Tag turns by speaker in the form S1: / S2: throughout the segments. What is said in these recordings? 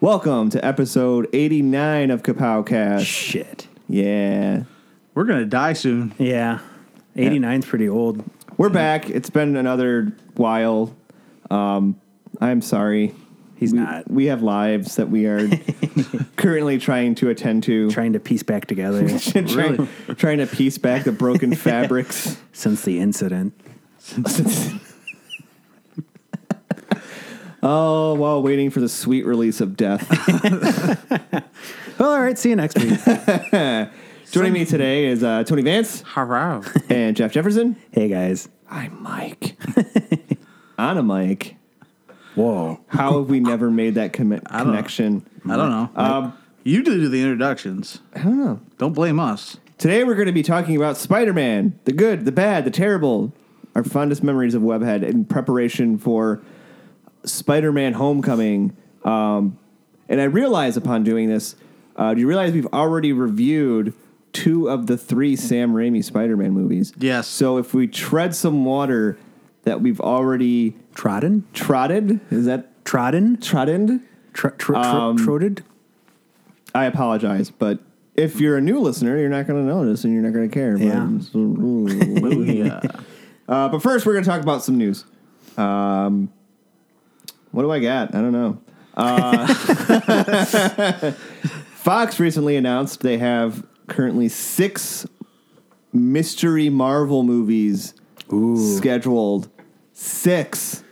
S1: Welcome to episode 89 of Kapow Cash.
S2: Shit.
S1: Yeah.
S3: We're gonna die soon.
S2: Yeah. 89's pretty old.
S1: We're back. It's been another while. Um, I'm sorry.
S2: He's
S1: we,
S2: not
S1: We have lives that we are currently trying to attend to.
S2: trying to piece back together
S1: trying, trying to piece back the broken fabrics.
S2: since the incident.
S1: Oh, while waiting for the sweet release of death.
S2: Well, all right. See you next week.
S1: Joining me today is uh, Tony Vance
S3: Hurrah.
S1: and Jeff Jefferson.
S2: hey, guys.
S1: I'm Mike. On a mic.
S2: Whoa.
S1: How have we never made that commi-
S3: don't know.
S1: connection?
S3: I don't know.
S1: Um,
S3: you do the introductions.
S1: I don't know.
S3: Don't blame us.
S1: Today we're going to be talking about Spider-Man, the good, the bad, the terrible, our fondest memories of Webhead in preparation for Spider-Man: Homecoming. Um, and I realize upon doing this, uh, do you realize we've already reviewed two of the three Sam Raimi Spider-Man movies?
S3: Yes.
S1: So if we tread some water that we've already
S2: Trodden?
S1: trotted, is that
S2: Trodden?
S1: trodden?
S2: Tr- tr- tr- trotted?
S1: I apologize, but if you're a new listener, you're not going to notice and you're not going to care. Mm,
S2: Yeah.
S1: But,
S3: Yeah.
S1: uh, but first, we're going to talk about some news. Um, what do I got? I don't know. Uh, Fox recently announced they have currently six mystery Marvel movies scheduled. Six.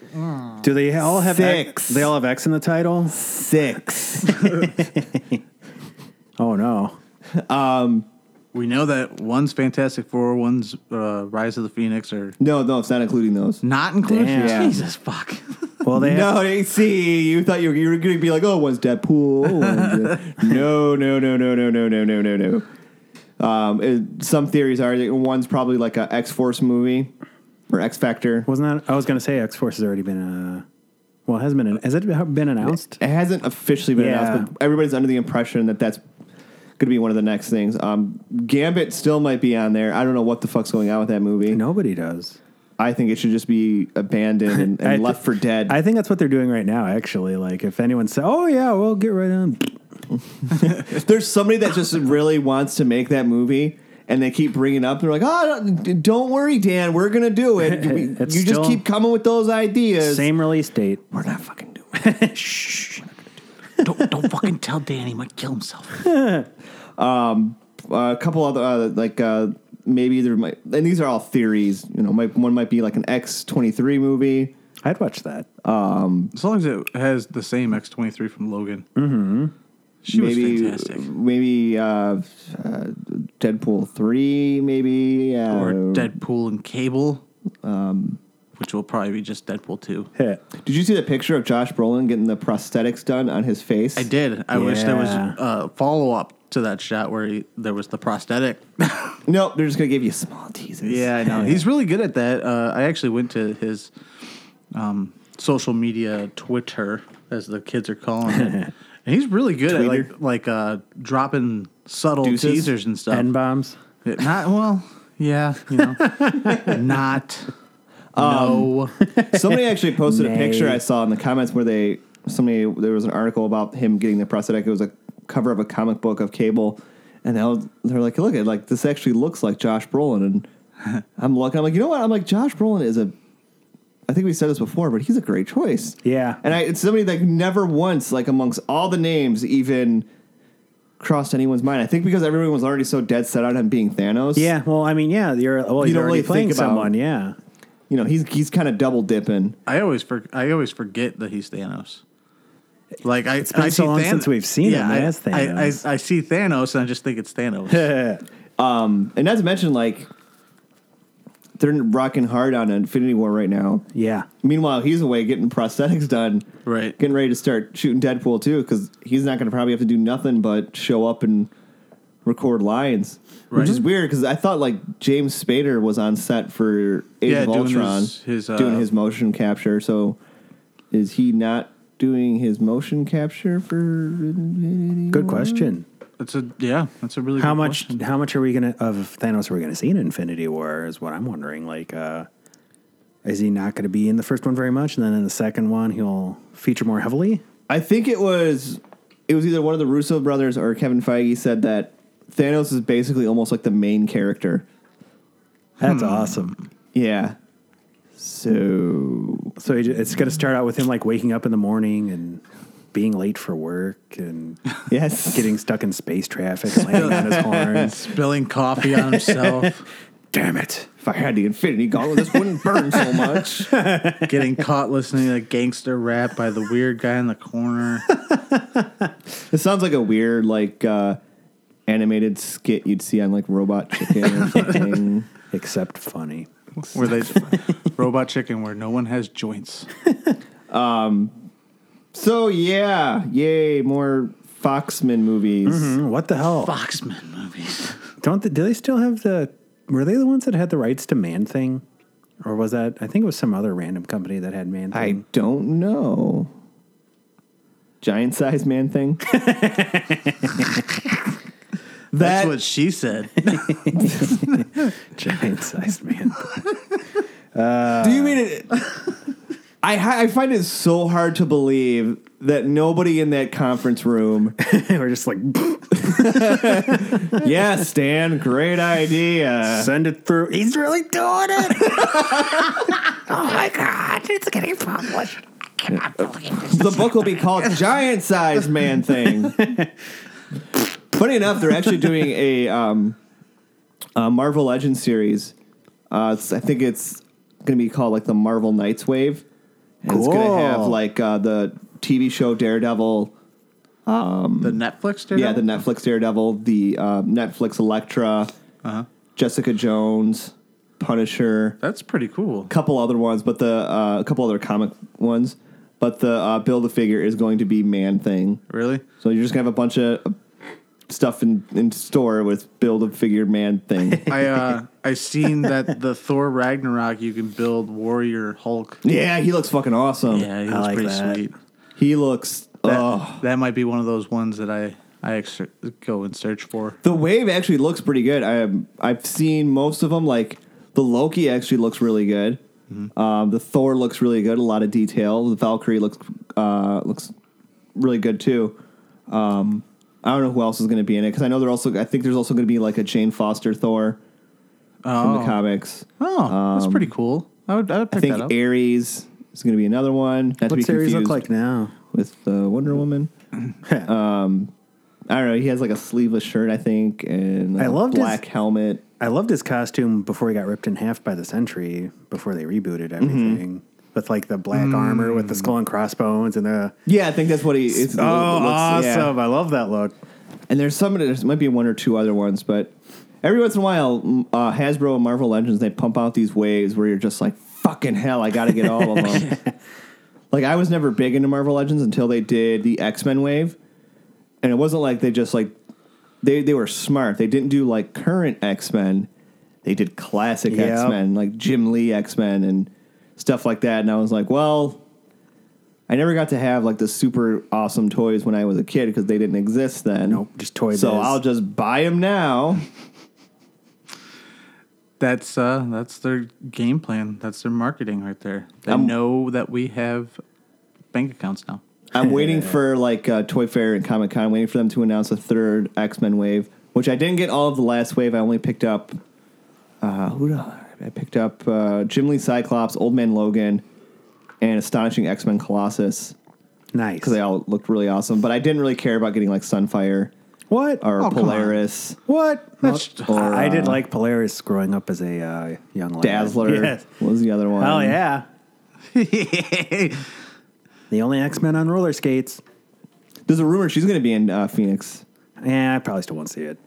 S2: Do they all have
S1: Six.
S2: X? They all have X in the title?
S1: Six.
S2: Oh, no.
S3: we know that one's Fantastic Four, one's uh, Rise of the Phoenix, are
S1: no, no, it's not including those.
S3: not included.
S1: Damn.
S3: Jesus fuck.
S2: Well, they have,
S1: No, you see, you thought you were, you were going to be like, oh, one's Deadpool. oh, one's Dead-" no, no, no, no, no, no, no, no, no, no. Um, it- some theories are that one's probably like a X Force movie or X Factor.
S2: wasn't that? I was going to say X Force has already been, uh, well, it has been, an, has it been announced?
S1: It hasn't officially been
S2: Yeah.
S1: announced, but everybody's under the impression that that's going to be one of the next things. Um, Gambit still might be on there. I don't know what the fuck's going on with that movie.
S2: Nobody does.
S1: I think it should just be abandoned and, and
S2: I thi-
S1: left for dead.
S2: I think that's what they're doing right now, actually. Like, if anyone says, oh, yeah, we'll get right on.
S1: There's somebody that just really wants to make that movie, and they keep bringing it up. They're like, "Oh, don't, don't worry, Dan. We're gonna do it. We- you
S2: It's
S1: just
S2: still-
S1: keep coming with those ideas.
S2: Same release date.
S1: We're not fucking doing." it.
S3: don't, don't fucking tell Danny. He might kill himself.
S1: Uh, a couple other uh, like uh, maybe there might, and these are all theories. You know, might, one might be like an X twenty three movie.
S2: I'd watch that.
S3: As long as it has the same X23 from Logan. Mm-hmm. She
S1: Maybe
S3: was fantastic.
S1: maybe uh, uh, Deadpool three. Maybe uh,
S3: Or Deadpool and Cable. Um, which will probably be just Deadpool 2.
S2: Hit.
S1: Did you see the picture of Josh Brolin getting the prosthetics done on his face?
S3: I did. I wish there was
S2: Yeah.
S3: a follow up to that shot where he, there was the prosthetic.
S1: No, they're just gonna give you small teasers.
S3: Yeah, I know. He's really good at that. Uh, I actually went to his um, social media Twitter, as the kids are calling it, and he's really good
S1: Tweeter?
S3: at like like uh, dropping subtle
S1: Deuces?
S3: teasers and stuff.
S2: N bombs.
S3: It- not well, yeah, you know, not.
S2: Um,
S3: no,
S1: Somebody actually posted a
S2: Nay.
S1: picture I saw in the comments where they somebody there was an article about him getting the prosthetic. It was a cover of a comic book of Cable, and they was, they're like, "Look at like this actually looks like Josh Brolin." And I'm looking, I'm like, you know what? I'm like, Josh Brolin is a. I think we said this before, but he's a great choice.
S2: Yeah.
S1: and I, it's somebody that never once, like amongst all the names, even crossed anyone's mind. I think because everyone was already so dead set on him being Thanos.
S2: Yeah, well, I mean, yeah, you're well,
S1: You
S2: you are
S1: don't really
S2: already
S1: think
S2: playing
S1: about-
S2: someone, yeah.
S1: you know, he's he's kind of double dipping.
S3: I always for, I always forget that he's Thanos. Like I, it's
S2: been
S3: I
S2: so
S3: see
S2: long
S3: Than-
S2: since we've seen him
S3: I,
S2: as Thanos.
S3: I, I, I see Thanos and I just think it's Thanos.
S1: And not to mention, like, they're rocking hard on Infinity War right now.
S2: yeah,
S1: Meanwhile, he's away getting prosthetics done,
S3: Right.
S1: Getting ready to start shooting Deadpool too, because he's not going to probably have to do nothing but show up and record lines, which
S3: Right.
S1: is weird because I thought like James Spader was on set for Age
S3: Yeah,
S1: of
S3: doing
S1: Ultron,
S3: his- his, uh,
S1: doing his motion capture. So, is he not doing his motion capture for?
S2: good question.
S3: It's a yeah. That's a really
S2: How
S3: good
S2: much?
S3: question.
S2: How much are we gonna of Thanos? Are we gonna see in Infinity War? Is what I'm wondering. Like, uh is he not gonna be in the first one very much, and then in the second one he'll feature more heavily?
S1: I think it was it was either one of the Russo brothers or Kevin Feige said that Thanos is basically almost like the main character.
S2: That's awesome.
S1: Yeah. So
S2: So he ju- it's going to start out with him like waking up in the morning and being late for work and
S1: yes,
S2: getting stuck in space traffic, landing on his horn.
S3: Spilling coffee on himself,
S2: Damn it!
S1: If I had the Infinity Gauntlet, this wouldn't burn so much.
S3: getting caught listening to gangster rap by the weird guy in the corner.
S1: It sounds like a weird like uh, animated skit you'd see on like Robot Chicken or something.
S2: Except funny.
S3: Where they robot chicken where no one has joints.
S1: so yeah, yay, more Foxman movies.
S2: Mm, What the hell?
S3: Foxman movies.
S2: Don't they, do they still have the? Were they the ones that had the rights to Man Thing, or was that? I think it was some other random company that had Man
S1: I
S2: Thing.
S1: don't know. Giant sized man thing.
S3: That's
S1: that
S3: what she said.
S2: Giant sized Man.
S1: do you mean it? I hi- I find it so hard to believe that nobody in that conference room.
S2: We're just like
S1: yes, Dan, great idea.
S2: send it through. He's really doing it. oh my god! It's getting published. uh,
S1: the book will be called Giant Sized Man Thing. Funny enough, they're actually doing a, um, a Marvel Legends series. Uh, it's, I think it's going to be called like the Marvel Knights Wave. And It's going to have
S2: Cool.
S1: like uh, the TV show Daredevil.
S3: The Netflix did
S1: Yeah, the Netflix Daredevil, the uh, Netflix Elektra,
S3: Uh-huh.
S1: Jessica Jones, Punisher.
S3: That's pretty cool.
S1: couple other ones, but the uh, a couple other comic ones. But the uh, build a figure is going to be man thing.
S3: Really?
S1: So you're just gonna have a bunch of uh, stuff in, in store with build a figure man thing.
S3: I uh I seen that the Thor Ragnarok you can build Warrior Hulk.
S1: yeah, he looks fucking awesome.
S3: Yeah, he
S2: I
S3: looks
S2: like
S3: pretty
S2: that.
S3: sweet.
S1: He looks.
S3: That,
S1: Oh,
S3: that might be one of those ones that I I ex- go and search for.
S1: the wave actually looks pretty good. I am- I've seen most of them. Like the Loki actually looks really good.
S2: Mm-hmm.
S1: Um, the Thor looks really good. A lot of detail. The Valkyrie looks uh, looks really good too. Um, I don't know who else is going to be in it because I know they're also. I think there's also going to be like a Jane Foster Thor from the comics.
S3: Oh, that's pretty cool. I would, I would
S1: I
S3: pick that
S1: think
S3: up.
S1: Ares is going to be another one. Not to
S2: What
S1: be
S2: series look
S1: confused
S2: like now?
S1: with uh, Wonder Woman? Um, I don't know. He has like a sleeveless shirt, I think, and
S2: I
S1: a
S2: loved his-
S1: black helmet.
S2: I loved his costume before he got ripped in half by the Sentry. Before they rebooted everything with like the black armor with the skull and crossbones and the
S1: Yeah, I think that's what he. It's,
S2: oh
S1: looks- yeah.
S2: awesome! I love that look.
S1: And there's some. There might be one or two other ones, but every once in a while, m- uh, Hasbro and Marvel Legends they pump out these waves where you're just like, "Fucking hell, I got to get all of them." like I was never big into Marvel Legends until they did the X Men wave, and it wasn't like they just like they they were smart. They didn't do like current X Men. They did classic
S2: Yep.
S1: X Men, like Jim Lee X Men and stuff like that. And I was like, well, I never got to have like the super awesome toys when I was a kid because they didn't exist then.
S2: Nope, just toy
S1: So
S2: biz.
S1: I'll just buy them now.
S3: That's uh, that's their game plan. That's their marketing right there. They
S1: I'm-
S3: know that we have bank accounts now.
S1: I'm waiting for like uh, Toy Fair and Comic Con. Waiting for them to announce a third X Men wave, which I didn't get all of the last wave. I only picked up uh, who? the- I picked up uh, Jim Lee Cyclops, Old Man Logan, and Astonishing X Men Colossus
S2: Nice.
S1: because they all looked really awesome. But I didn't really care about getting like Sunfire
S2: what
S1: or
S3: Oh, come on.
S1: Polaris.
S2: What?
S3: That's-
S1: Or,
S2: I I did
S1: uh,
S2: like Polaris growing up as a uh, young lad.
S1: Dazzler. Um,
S2: Yes.
S1: What was the other one?
S2: Hell yeah.
S3: Who's
S2: The only X Men on roller skates.
S1: There's a rumor she's going to be in uh, Phoenix.
S2: Yeah, Eh, I probably still won't see it.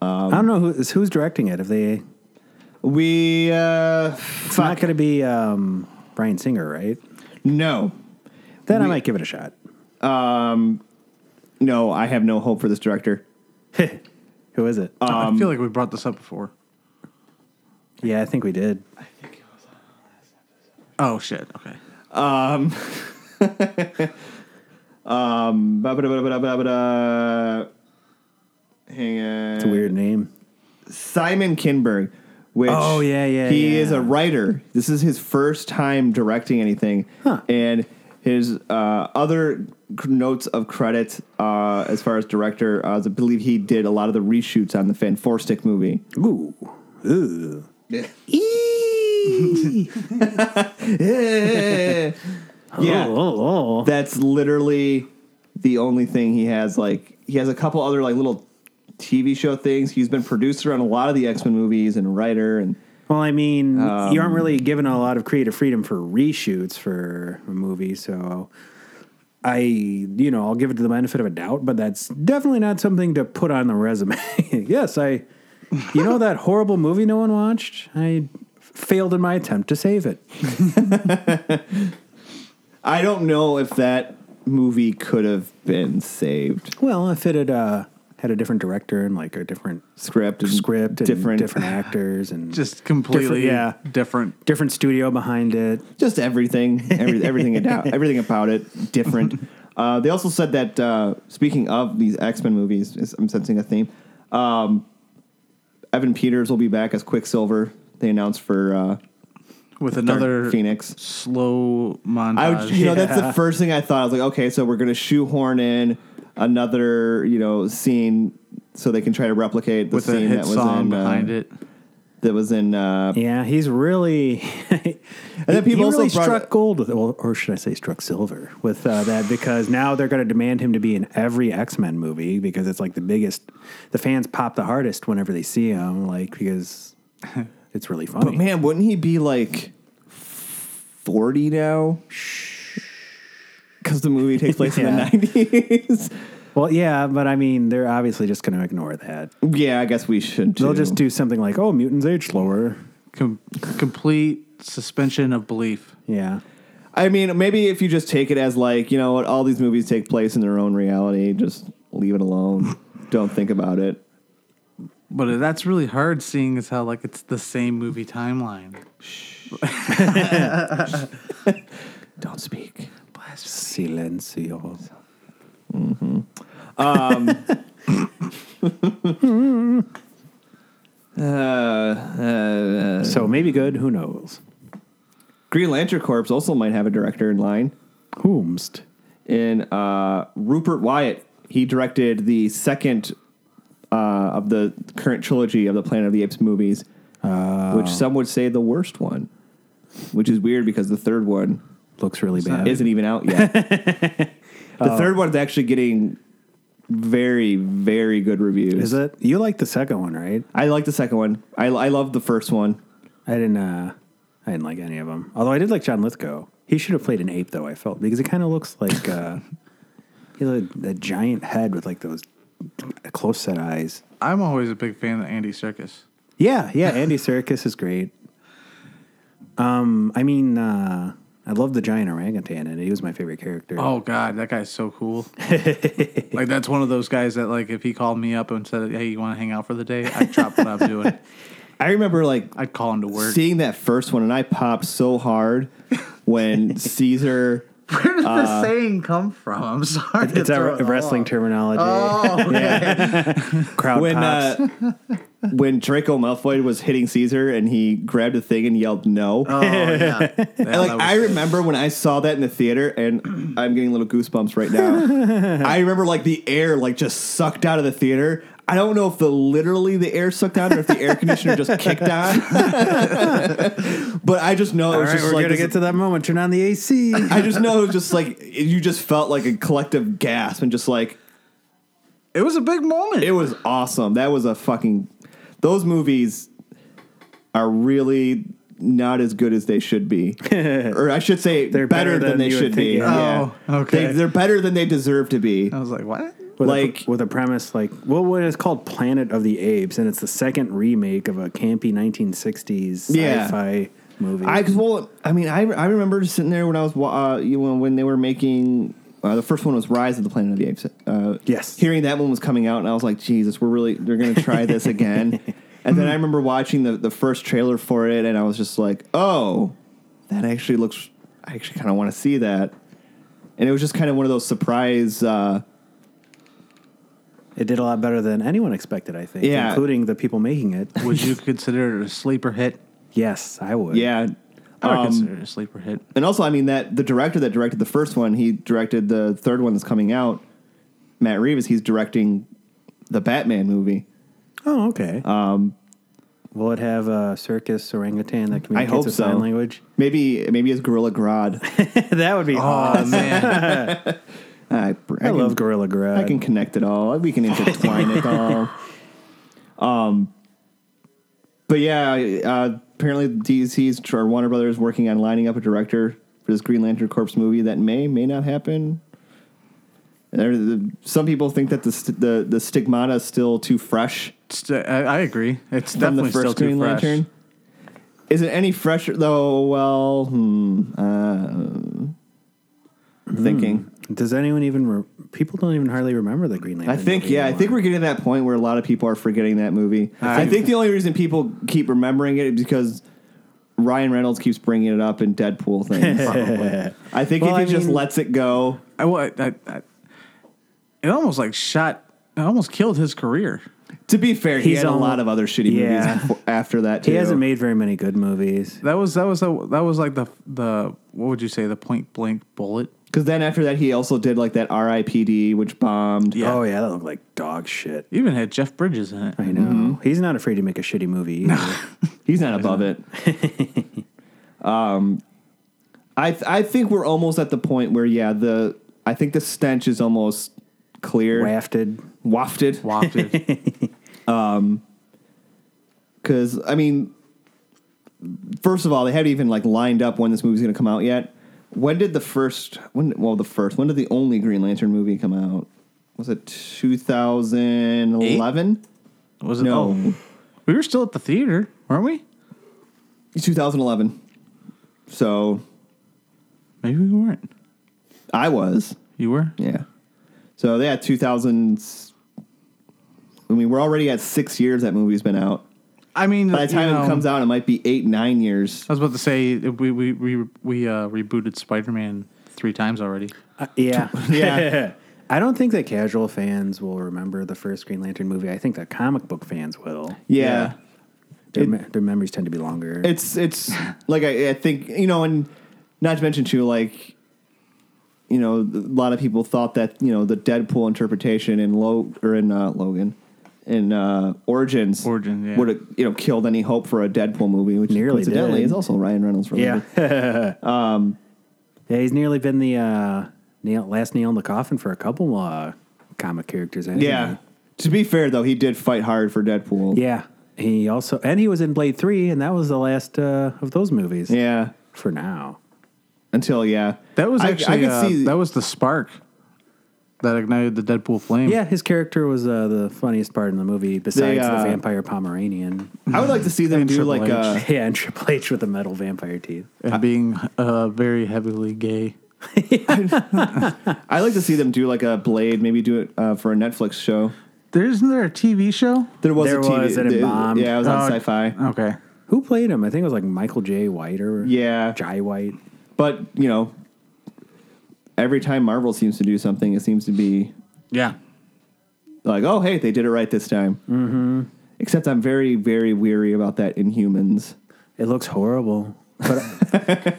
S1: Um,
S2: I don't know who is who's directing it. If they,
S1: We uh,
S2: it's not going to be um, Brian Singer, right?
S1: no,
S2: Then I might give it a shot.
S1: no. I have no hope for this director.
S2: Who is
S1: Uh,
S2: it?
S1: Um,
S3: I feel like we brought this up before.
S2: yeah, I think we did.
S3: Oh shit. Okay.
S1: Ba-ba-da-ba-da-ba-da-ba-da. Hang on.
S2: It's a weird name.
S1: Simon Kinberg, which
S2: Oh, yeah, yeah,
S1: he
S2: yeah.
S1: is a writer. This is his first time directing anything,
S2: Huh.
S1: and His uh, other c- notes of credit, uh, as far as director, uh, is I believe he did a lot of the reshoots on the Fan Four Stick movie.
S2: Ooh. Ooh.
S1: Yeah.
S2: Oh, oh, oh.
S1: That's literally the only thing he has. Like he has a couple other like little TV show things. He's been producer on a lot of the X Men movies and writer and
S2: Well, I mean, you aren't really given a lot of creative freedom for reshoots for a movie, so I, you know, I'll give it the benefit of a doubt, but that's definitely not something to put on the resume. yes, I, you know, that horrible movie no one watched. I failed in my attempt to save it.
S1: I don't know if that movie could have been saved.
S2: Well, if it had uh, had a different director and like a different
S1: Script, and
S2: script, and
S1: different,
S2: different actors, and
S3: Just completely
S2: yeah.
S3: different.
S2: different studio behind it.
S1: just everything, every, everything about everything about it different. Uh, they also said that uh, speaking of these X Men movies, is- I'm sensing a theme. Um, Evan Peters will be back as Quicksilver. They announced for uh,
S3: with
S1: Dark
S3: another Uh,
S1: Phoenix.
S3: slow montage.
S1: I would, you know, that's
S2: Yeah.
S1: the first thing I thought. I was like, okay, so we're going to shoehorn in another, you know, scene so they can try to replicate the
S3: with a
S1: scene
S3: hit
S1: that was
S3: song
S1: in
S3: behind
S1: uh,
S3: it.
S1: That was in. Uh,
S2: Yeah, he's really. and
S1: then people
S2: he
S1: also
S2: really
S1: brought-
S2: struck gold, with, well, or should I say, struck silver with uh, that because now they're going to demand him to be in every X Men movie because it's like the biggest. The fans pop the hardest whenever they see him, like because it's really
S1: But
S2: funny.
S1: man, wouldn't he be like forty now? Because the movie takes place in
S2: Yeah.
S1: the nineties.
S2: well, yeah, but I mean, they're obviously just going to ignore that.
S1: yeah, I guess we should. Too.
S2: They'll just do something like, "Oh, mutants age slower."
S3: Com- complete suspension of belief.
S2: Yeah.
S1: I mean, maybe if you just take it as like you know what, all these movies take place in their own reality. Just leave it alone. Don't think about it.
S3: But that's really hard, seeing as how like it's the same movie timeline.
S1: Don't speak.
S2: Silencio.
S1: Mm-hmm. Um, Uh, uh,
S2: So maybe good. Who knows?
S1: Green Lantern Corps also might have a director in line.
S2: Whomst.
S1: in uh, Rupert Wyatt. He directed the second uh, of the current trilogy of the Planet of the Apes movies, which some would say the worst one, which is weird because the third one
S2: Looks really bad.
S1: isn't even out yet. the third one's actually getting very, very good reviews.
S2: Is it? You like the second one, right?
S1: I like the second one. I, I love the first one.
S2: I didn't. uh I didn't like any of them. Although I did like John Lithgow. He should have played an ape, though. I felt because he kind of looks like uh, he had a giant head with like those close set eyes.
S3: I'm always a big fan of Andy Circus.
S2: Yeah, yeah. Andy Serkis is great. Um, I mean, uh, I love the giant orangutan, and he was my favorite character.
S3: Oh God, that guy's so cool. like that's one of those guys that like if he called me up and said, "Hey, you want to hang out for the day?" I'd drop what I'm doing.
S1: I remember like
S3: I'd call him to work.
S1: seeing that first one, and I popped so hard when Caesar.
S3: Where did
S1: uh,
S3: the saying come from? I'm sorry.
S2: it's a, a wrestling terminology.
S3: Oh,
S2: Crowd
S1: Oh. when
S2: pops.
S1: uh, when Draco Malfoy was hitting Caesar and he grabbed a thing and yelled no.
S2: Oh,
S1: And, like I remember when I saw that in the theater, and I'm getting little goosebumps right now. I remember like the air like just sucked out of the theater. I don't know if the literally the air sucked out or if the air conditioner just kicked on. but I just know it
S2: All
S1: was
S2: right,
S1: just
S2: we're
S1: like
S2: gonna
S1: this-
S2: get to that moment. Turn on the AC.
S1: I just know it was just like you just felt like a collective gasp and just like
S3: it was a big moment.
S1: It was awesome. That was a fucking. Those movies are really not as good as they should be, or I should say, they're better,
S2: better
S1: than,
S2: than
S1: they
S2: you would
S1: should be.
S2: think, yeah.
S3: Oh, okay. Oh.
S1: They, they're better than they deserve to be.
S3: I was like, "What?"
S2: with
S1: Like-
S2: a, with a premise like well, what is called Planet of the Apes, and it's the second remake of a campy 1960s
S1: Yeah.
S2: sci-fi movie.
S1: I 'cause, well, I mean, I, I remember sitting there when I was wa- uh, you know when they were making uh, the first one was Rise of the Planet of the Apes. Uh,
S2: Yes.
S1: hearing that one was coming out, and I was like, Jesus, we're really they're gonna try this again. and then I remember watching the the first trailer for it, and I was just like, oh, that actually looks. I actually kind of want to see that. And it was just kind of one of those surprise. Uh,
S2: it did a lot better than anyone expected, I think,
S1: Yeah.
S2: including the people making it.
S3: Would you consider it a sleeper hit?
S2: yes, I would.
S1: yeah,
S3: I would consider it a sleeper hit.
S1: And also, I mean that the director that directed the first one, he directed the third one that's coming out. Matt Reeves, he's directing the Batman movie.
S2: Oh, okay. Um, Will it have a circus orangutan that
S1: I
S2: communicates
S1: hope
S2: with
S1: so.
S2: sign language?
S1: Maybe maybe it's Gorilla Grodd.
S2: that would be awesome.
S3: Oh man,
S1: I, I
S2: I,
S1: can-
S2: love Gorilla Grodd.
S1: I can connect it all. We can intertwine it all. Um, but yeah, uh, apparently DC's or Warner Brothers working on lining up a director for this Green Lantern Corps movie that may may not happen. There, the, some people think that the st- the the stigmata is still too fresh
S3: It's- uh, I, I agree. It's
S1: from the
S3: definitely still
S1: first Green
S3: too fresh.
S1: Lantern. Is it any fresher though? Well, hmm, uh, thinking.
S2: Does anyone even? Re- people don't even hardly remember the Green
S1: I
S2: Lantern.
S1: think
S2: movie
S1: yeah, I
S2: anymore.
S1: think we're getting to that point where a lot of people are forgetting that movie. I think the only reason people keep remembering it is because Ryan Reynolds keeps bringing it up in Deadpool things. I think
S2: Well,
S1: if
S2: I
S1: he just
S2: mean-
S1: lets it go,
S3: I, wa- I, I, it almost like shot. It almost killed his career.
S1: to be fair, he
S2: He's
S1: had a
S2: on-
S1: lot of other shitty
S2: Yeah.
S1: movies befo- after that. Too.
S2: he hasn't made very many good movies.
S3: That was that was the that was like the the what would you say the point blank bullet?
S1: because then after that he also did like that R.I.P.D. which bombed.
S3: Yeah.
S2: Oh yeah, that looked like dog shit.
S3: Even had Jeff Bridges in it.
S2: I know.
S1: Mm-hmm.
S2: He's not afraid to make a shitty movie. Either.
S1: He's not above it. um, I th- I think we're almost at the point where yeah the I think the stench is almost clear
S2: Wafted.
S1: wafted.
S3: Wafted.
S1: because I mean, first of all, they haven't even like lined up when this movie's going to come out yet. When did the first? When well, the first. When did the only Green Lantern movie come out? Was it 2011?
S3: Was it?
S1: No,
S3: Oh, we were still at the theater, weren't we?
S1: 2011. So
S3: Maybe we weren't.
S1: I was,
S3: You were.
S1: yeah. So they had 2000s. I mean, we're already at six years that movie's been out.
S3: I mean,
S1: By the time
S3: you
S1: it
S3: know,
S1: comes out, it might be eight, nine years.
S3: I was about to say we we we we uh, rebooted Spider Man three times already.
S2: Uh, yeah.
S1: Yeah.
S2: I don't think that casual fans will remember the first Green Lantern movie. I think that comic book fans will.
S1: yeah.
S3: Yeah.
S2: Their, me- their memories tend to be longer.
S1: it's it's like I, I think you know, and not to mention too, like you know, a lot of people thought that you know the Deadpool interpretation in Lo or in uh, Logan in uh, Origins
S3: Origin, yeah.
S1: would have you know killed any hope for a Deadpool movie, which
S2: Nearly
S1: coincidentally
S2: did.
S1: is also Ryan Reynolds
S2: yeah.
S1: related.
S2: um, yeah, he's nearly been the uh, nail, last nail in the coffin for a couple uh, comic characters. hasn't
S1: yeah. To be fair though, he did fight hard for Deadpool.
S2: he? Yeah. He also, and he was in Blade 3, and that was the last uh, of those movies
S1: Yeah.
S2: for now.
S1: Until yeah,
S3: That was
S1: I- I,
S3: actually
S1: could
S3: uh,
S1: see
S3: that was the spark that ignited the Deadpool flame.
S2: Yeah, his character was uh, the funniest part in the movie, besides
S1: uh,
S2: the vampire Pomeranian.
S1: I would like to see them
S3: And
S1: do
S3: Triple
S1: like
S3: H.
S1: uh,
S2: yeah, and Triple H with the metal vampire teeth.
S3: and being uh, very heavily gay.
S1: I like to see them do like a Blade, maybe do it uh, for a Netflix show.
S3: There isn't there a TV show?
S1: There was
S2: There
S1: a TV.
S2: was, and it
S1: the-
S2: bombed.
S1: Yeah, it was on
S3: Oh,
S1: Sci-Fi.
S3: Okay,
S2: Who played him? I think it was like Michael J. White or
S1: Yeah,
S2: Jai White.
S1: but you know, every time Marvel seems to do something, it seems to be
S3: yeah,
S1: like, oh hey, they did it right this time. Mm-hmm. Except I'm very, very weary about that Inhumans.
S2: It looks horrible. But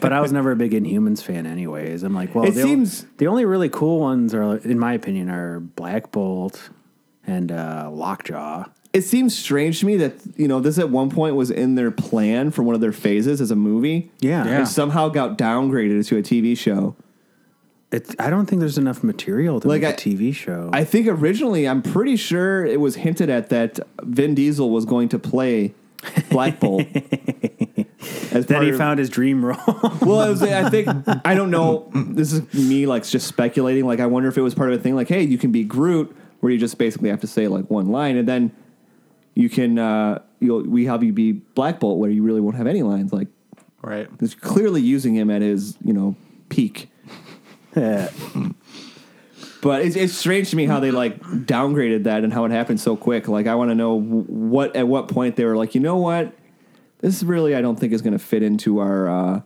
S2: but I was never a big Inhumans fan, anyways. I'm like, well,
S1: It
S2: the o-
S1: seems-
S2: the only really cool ones are, in my opinion, are Black Bolt and uh, Lockjaw.
S1: It seems strange to me that you know this at one point was in their plan for one of their phases as a movie.
S2: Yeah,
S3: Yeah.
S1: and somehow got downgraded to a TV show.
S2: It's, I don't think there's enough material to
S1: Like,
S2: make a
S1: I-
S2: TV show.
S1: I think originally, I'm pretty sure it was hinted at that Vin Diesel was going to play Black Bolt. as
S2: then
S1: part
S2: he
S1: of-
S2: found his dream role.
S1: Well, I, was, I think I don't know. This is me like just speculating. Like I wonder if it was part of a thing. Like, hey, you can be Groot, where you just basically have to say like one line, and then you can uh, you'll we have you be Black Bolt, where you really won't have any lines. Like,
S3: right.
S1: it's clearly using him at his you know peak. But it's, it's strange to me how they like downgraded that and how it happened so quick. Like I want to know wh- what at what point they were like, you know what, this really I don't think is going to fit into our uh,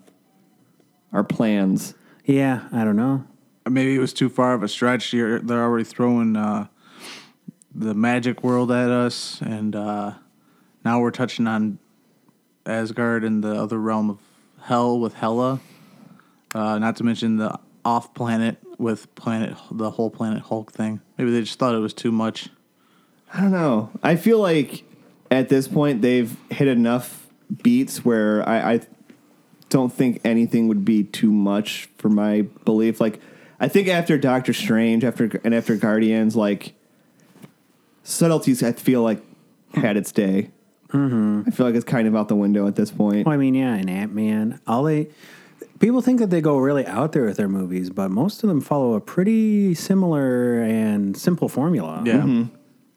S1: our plans.
S2: yeah, I don't know.
S3: Maybe it was too far of a stretch. You're, they're already throwing uh, the magic world at us, and uh, now we're touching on Asgard and the other realm of Hell with Hella. Uh, not to mention the off planet with planet the whole planet Hulk thing. Maybe they just thought it was too much.
S1: I don't know. I feel like at this point they've hit enough beats where I, I don't think anything would be too much for my belief. Like I think after Doctor Strange, after and after Guardians, like subtleties, I feel like had its day. I feel like it's kind of out the window at this point.
S2: Well, I mean, yeah, and Ant Man. All they people think that they go really out there with their movies, but most of them follow a pretty similar and simple formula.
S3: Yeah.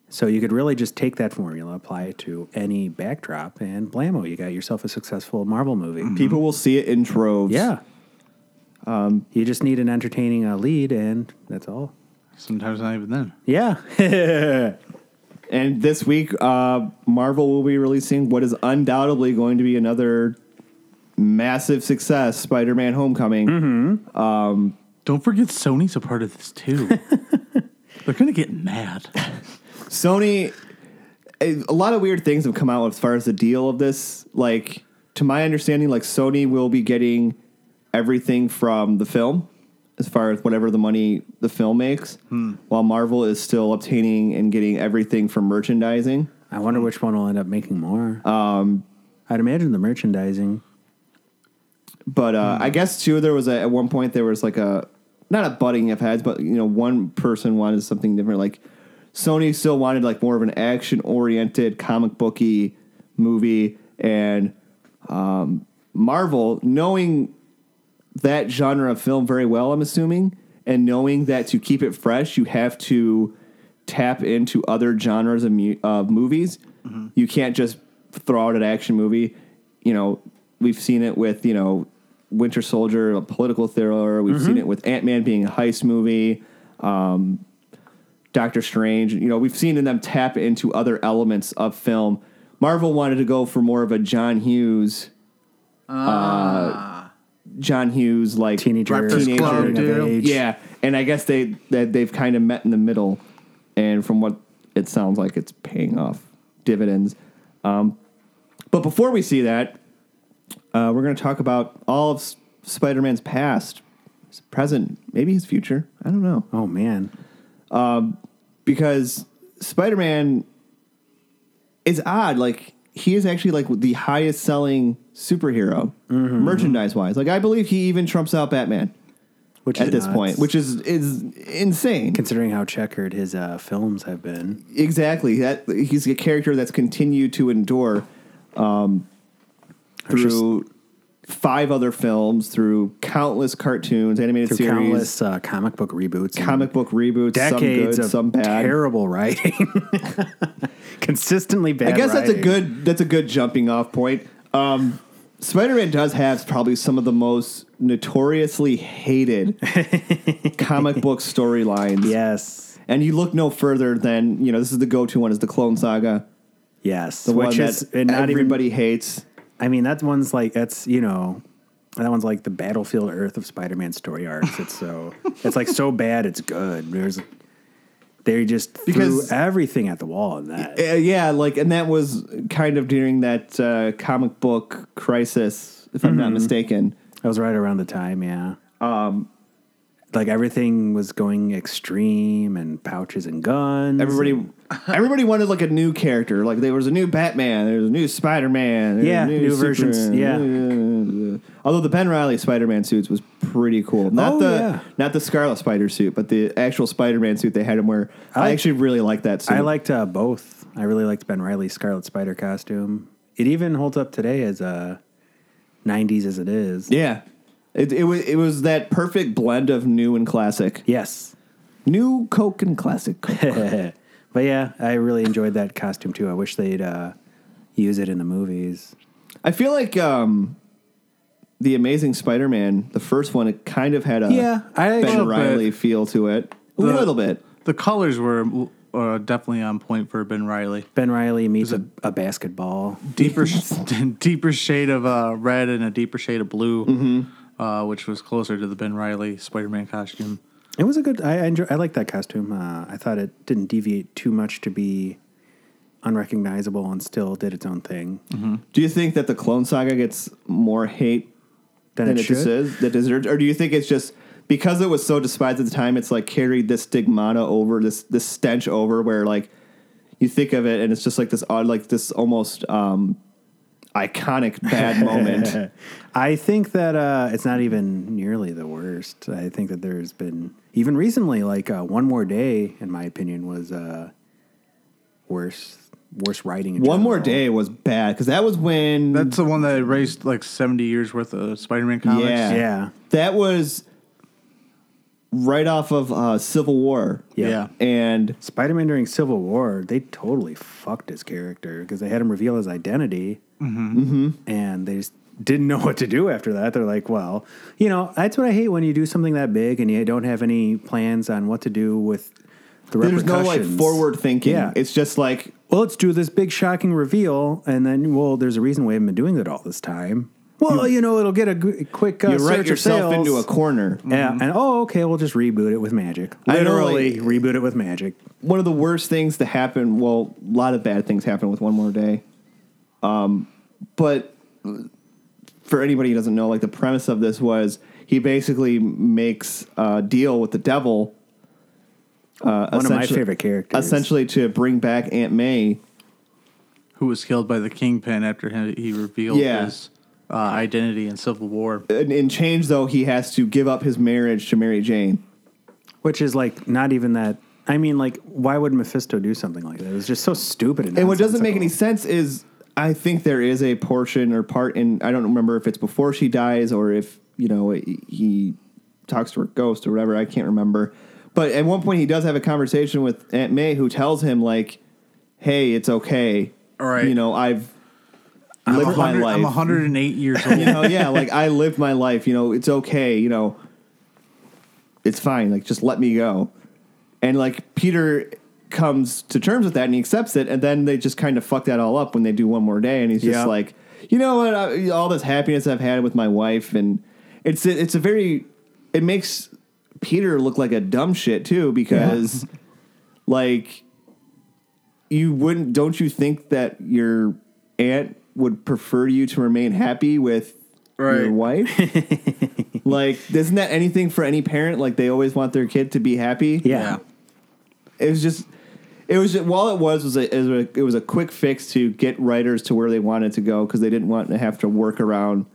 S2: So you could really just take that formula, apply it to any backdrop, and blammo, you got yourself a successful Marvel movie.
S1: People will see it in troves.
S2: Yeah.
S1: Um,
S2: you just need an entertaining uh, lead, and that's all.
S3: Sometimes not even then.
S2: Yeah.
S1: And this week, uh, Marvel will be releasing what is undoubtedly going to be another massive success Spider Man Homecoming.
S3: Don't forget Sony's a part of this too. They're gonna get mad.
S1: Sony, a a lot of weird things have come out as far as the deal of this. Like, to my understanding, like Sony will be getting everything from the film as far as whatever the money the film makes, while Marvel is still obtaining and getting everything from merchandising.
S2: I wonder
S1: Mm.
S2: which one will end up making more. Um, I'd imagine the merchandising.
S1: But uh, I guess too, there was a, at one point there was like a not a butting of heads, but you know, one person wanted something different. Like Sony still wanted like more of an action oriented comic booky movie, and um, Marvel, knowing that genre of film very well, I'm assuming, and knowing that to keep it fresh, you have to tap into other genres of, mu- of movies. You can't just throw out an action movie. You know, we've seen it with, you know, Winter Soldier, a political thriller. We've seen it with Ant Man being a heist movie, um, Doctor Strange. You know, we've seen them tap into other elements of film. Marvel wanted to go for more of a John Hughes. Uh, John Hughes, like
S2: Teenager,
S3: Breakfast
S2: teenager
S3: Club,
S2: of
S3: dude.
S2: age.
S1: yeah, and I guess they that they've kind of met in the middle, and from what it sounds like, it's paying off dividends. Um, but before we see that, uh, we're going to talk about all of S- Spider-Man's past, his present, maybe his future. I don't know
S2: Oh man.
S1: because Spider-Man is odd. Like he is actually like the highest selling superhero
S2: Mm-hmm.
S1: merchandise wise. Like I believe he even trumps out Batman
S2: Which
S1: at
S2: is
S1: this
S2: nuts,
S1: point, which is is insane.
S2: considering how checkered his uh, films have been.
S1: Exactly. That he's a character that's continued to endure um, through five other films, through countless cartoons, animated
S2: Through
S1: series,
S2: countless uh, comic book reboots, and
S1: comic book reboots,
S2: decades
S1: some good,
S2: of
S1: some bad.
S2: terrible writing, consistently bad.
S1: I guess that's a
S2: writing.
S1: good that's a good jumping off point. Um, Spider-Man does have probably some of the most notoriously hated comic book storylines.
S2: Yes,
S1: And you look no further than, you know, this is the go-to one is the Clone Saga,
S2: yes.
S1: the
S2: Which
S1: one
S2: is
S1: that
S2: and not even.
S1: everybody hates.
S2: I mean, that one's like that's you know. That one's like the battlefield Earth of Spider-Man story arcs. It's so it's like so bad. It's good. There's they just
S1: Because-
S2: threw everything at the wall in that.
S1: Uh, yeah, like, and that was kind of during that uh, comic book crisis, if I'm
S2: Mm-hmm.
S1: not mistaken.
S2: That was right around the time, yeah. Um, like everything was going extreme and pouches and guns.
S1: Everybody,
S2: and-
S1: everybody wanted like a new character. Like there was a new Batman, there was a new Spider Man,
S2: Yeah,
S1: new,
S2: new versions,
S1: yeah. Although the Ben Riley Spider Man suits was pretty cool. Not
S2: Oh,
S1: the
S2: yeah.
S1: not the Scarlet Spider suit, but the actual Spider Man suit they had him wear. I,
S2: I-
S1: actually really like that suit.
S2: I liked uh, both. I really liked Ben Riley's Scarlet Spider costume. It even holds up today as uh, 90s as it is.
S1: Yeah, it it was it was that perfect blend of new and classic,
S2: Yes.
S1: new Coke and classic Coke.
S2: but yeah, I really enjoyed that costume too. I wish they'd uh, use it in the movies.
S1: I feel like um, the Amazing Spider-Man, the first one, it kind of had a
S2: Yeah, I-
S1: Ben
S2: little
S1: Riley feel to it, a
S3: The-
S1: little bit.
S3: The colors were uh, definitely on point for Ben Riley.
S2: Ben Riley meets a, a basketball.
S3: Deeper, deeper shade of uh, red and a deeper shade of blue, uh, which was closer to the Ben Riley Spider-Man costume.
S2: It was a good. I I, enjoy, I like that costume. Uh, I thought it didn't deviate too much to be unrecognizable and still did its own thing.
S1: Do you think that the Clone Saga gets more hate
S2: than
S1: than
S2: it
S1: it
S2: should.
S1: deserves, that deserves? Or do you think it's just because it was so despised at the time, it's like carried this stigmata over, this this stench over, where like you think of it and it's just like this odd, like this almost um, iconic bad moment.
S2: I think that uh, it's not even nearly the worst. I think that there's been even recently, like uh, one more day, in my opinion, was uh, worse. Worse writing. in
S1: One more
S2: general.
S1: day was bad because that was when
S3: That's the one that erased like 70 years worth of Spider Man comics.
S1: Yeah.
S2: Yeah.
S1: that was right off of uh, Civil War.
S2: Yeah.
S3: Yeah.
S1: and
S2: Spider-Man during Civil War, they totally fucked his character because they had him reveal his identity,
S1: Mm-hmm.
S2: and they just didn't know what to do after that. They're like, "Well, you know, that's what I hate when you do something that big and you don't have any plans on what to do with the
S1: there's no
S2: repercussions."
S1: like forward thinking.
S2: Yeah.
S1: It's just like
S2: Well, let's do this big shocking reveal, and then well, there's a reason we haven't been doing it all this time. Well, you, know, it'll get a g- quick uh,
S1: you
S2: surge
S1: write
S2: of
S1: yourself
S2: sales.
S1: into a corner.
S2: yeah, and oh, okay, we'll just reboot it with magic.
S1: I know,
S2: Literally
S1: like-
S2: reboot it with magic.
S1: One of the worst things to happen. Well, a lot of bad things happen with One More Day. Um, but for anybody who doesn't know, like the premise of this was he basically makes a deal with the devil. Uh,
S2: One of my
S1: essentially-
S2: favorite characters.
S1: Essentially, to bring back Aunt May.
S3: Who was killed by the Kingpin after he he revealed
S1: Yeah.
S3: his uh, identity in Civil War.
S1: In, in change, though, he has to give up his marriage to Mary Jane.
S2: Which is like not even that. I mean, like, why would Mephisto do something like that? It was just so stupid. And,
S1: And what doesn't make any
S2: nonsensical.
S1: sense is I think there is a portion or part in I don't remember if it's before she dies or if you know he talks to her ghost or whatever I can't remember. But at one point he does have a conversation with Aunt May who tells him like, "Hey, it's okay.
S3: All right.
S1: You know I've lived my
S3: 100
S1: life.
S3: I'm 108 years old.
S1: you know, yeah, like I lived my life. You know, it's okay. You know, it's fine. Like, just let me go. And like Peter comes to terms with that and he accepts it. And then they just kind of fuck that all up when they do one more day. And he's just
S2: Yeah.
S1: like, you know what? I, all this happiness I've had with my wife, and it's it's a very it makes Peter look like a dumb shit too because like you wouldn't don't you think that your aunt would prefer you to remain happy with
S3: Right.
S1: your wife like isn't that anything for any parent like they always want their kid to be happy
S2: Yeah.
S1: it was just it was just, while it was was a, it was a it was a quick fix to get writers to where they wanted to go because they didn't want to have to work around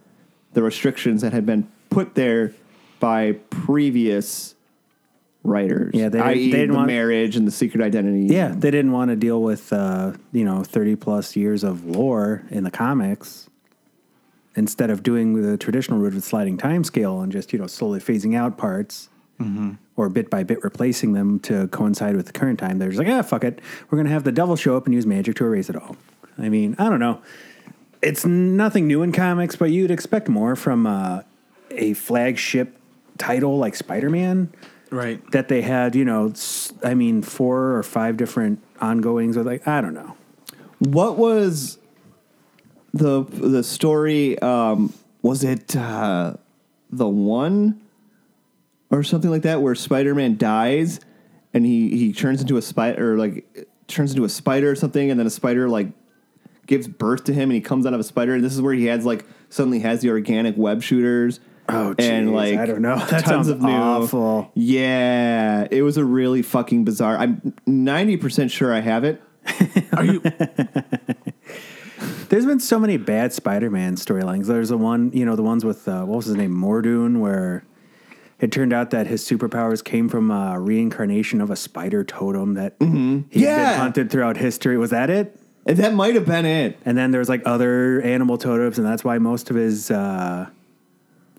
S1: the restrictions that had been put there by previous writers
S2: Yeah, they-
S1: i.e.
S2: they didn't
S1: the
S2: want-
S1: marriage and the secret identity
S2: Yeah, they didn't want to deal with uh, you know thirty plus years of lore in the comics. Instead of doing the traditional route with sliding time scale and just you know slowly phasing out parts or bit by bit replacing them to coincide with the current time, they're just like, ah, fuck it, we're gonna have the devil show up and use magic to erase it all. I mean, I don't know. It's nothing new in comics, but you'd expect more from uh, a flagship title like Spider Man
S3: Right.
S2: that they had, you know, s- I mean, four or five different ongoings. Or like, I don't know.
S1: What was the the story? Um, was it uh, the one or something like that, where Spider Man dies and he he turns into a spider, or like turns into a spider or something, and then a spider like gives birth to him, and he comes out of a spider. And this is where he has like suddenly has the organic web shooters.
S2: geez, Oh, I don't know. That sounds awful.
S1: Yeah, it was a really fucking bizarre. I'm ninety percent sure I have it.
S3: Are you?
S2: There's been so many bad Spider-Man storylines. There's the one, you know, the ones with uh, what was his name, Mordoon, where it turned out that his superpowers came from a reincarnation of a spider totem that he had
S1: Yeah.
S2: been hunted throughout history. Was that it?
S1: And that might have been it.
S2: And then there's like other animal totems, and that's why most of his uh,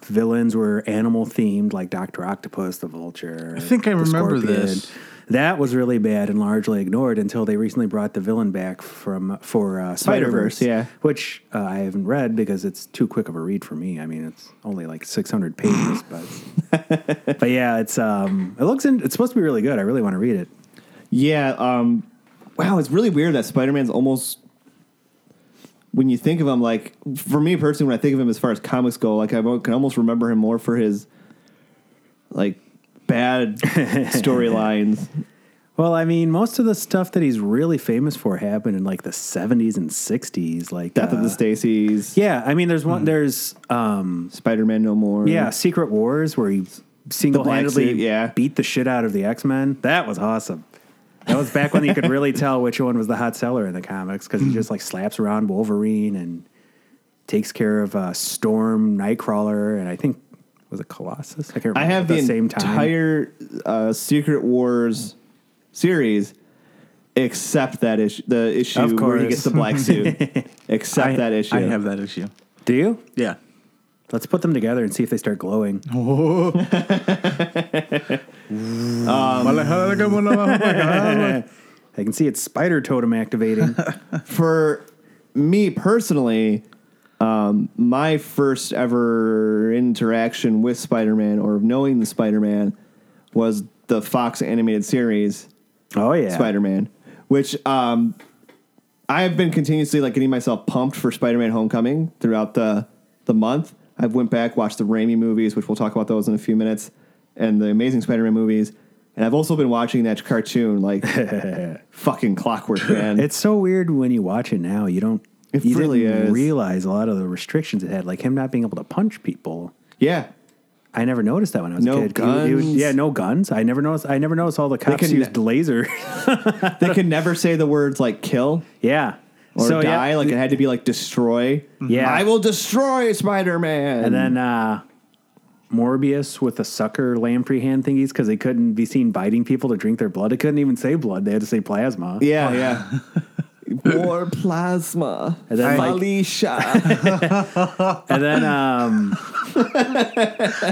S2: villains were animal themed, like Doctor Octopus, the Vulture. I
S3: think I remember this.
S2: That was really bad and largely ignored until they recently brought the villain back from for uh, Spider
S1: Spider-Verse,
S2: Verse,
S1: yeah.
S2: which uh, I haven't read because it's too quick of a read for me. I mean, it's only like 600 pages, but but yeah, it's um, it looks in, it's supposed to be really good. I really want to read it.
S1: Yeah. Um, wow, it's really weird that Spider Man's almost. When you think of him, like for me personally, when I think of him as far as comics go, like I can almost remember him more for his, like, bad storylines
S2: Well, I mean, most of the stuff that he's really famous for happened in like the 70s and 60s, like
S1: Death of
S2: uh,
S1: the Mm-hmm. Stacys,
S2: Yeah, I mean, there's one. There's um,
S1: Spider Man No More.
S2: yeah, Secret Wars where he single-handedly
S1: Mm-hmm. Suit, yeah.
S2: beat the shit out of the X Men. That was awesome. That was back when you could really tell which one was the hot seller in the comics
S1: Mm-hmm.
S2: because he just like slaps around Wolverine and takes care of uh, Storm, Nightcrawler, and I think was it Colossus. I can't remember.
S1: I have
S2: at
S1: the,
S2: same time.
S1: entire uh, Secret Wars series, except that issue, the issue
S2: Of
S1: where he
S2: course.
S1: gets the black suit, except that issue.
S3: I have that issue.
S2: Do you?
S3: Yeah.
S2: Let's put them together and see if they start glowing. I can see it's spider totem activating.
S1: for me personally, um, my first ever interaction with Spider Man or of knowing the Spider Man was the Fox animated series
S2: oh yeah,
S1: Spider Man, which um, I have been continuously like getting myself pumped for Spider Man Homecoming throughout the the month. I've went back watched the Raimi movies, which we'll talk about those in a few minutes, and the Amazing Spider Man movies. And I've also been watching that cartoon like fucking clockwork, man.
S2: It's so weird when you watch it now. You don't.
S1: It
S2: you
S1: really
S2: didn't
S1: is.
S2: realize a lot of the restrictions it had, like him not being able to punch people.
S1: yeah,
S2: I never noticed that when I was
S1: No
S2: a kid. He would- he would-
S1: guns.
S2: yeah, no guns. I never noticed. I never noticed all the cops
S1: can-
S2: used laser.
S1: they can never say the words like kill
S2: yeah,
S1: or
S2: So, yeah.
S1: die. Like it had to be like destroy.
S2: Yeah.
S1: I will destroy Spider Man.
S2: and then uh, Morbius with the sucker lamprey hand thingies because they couldn't be seen biting people to drink their blood. It couldn't even say blood. They had to say plasma.
S1: yeah, yeah. More plasma.
S2: And then, like-
S1: Felicia.
S2: And then um,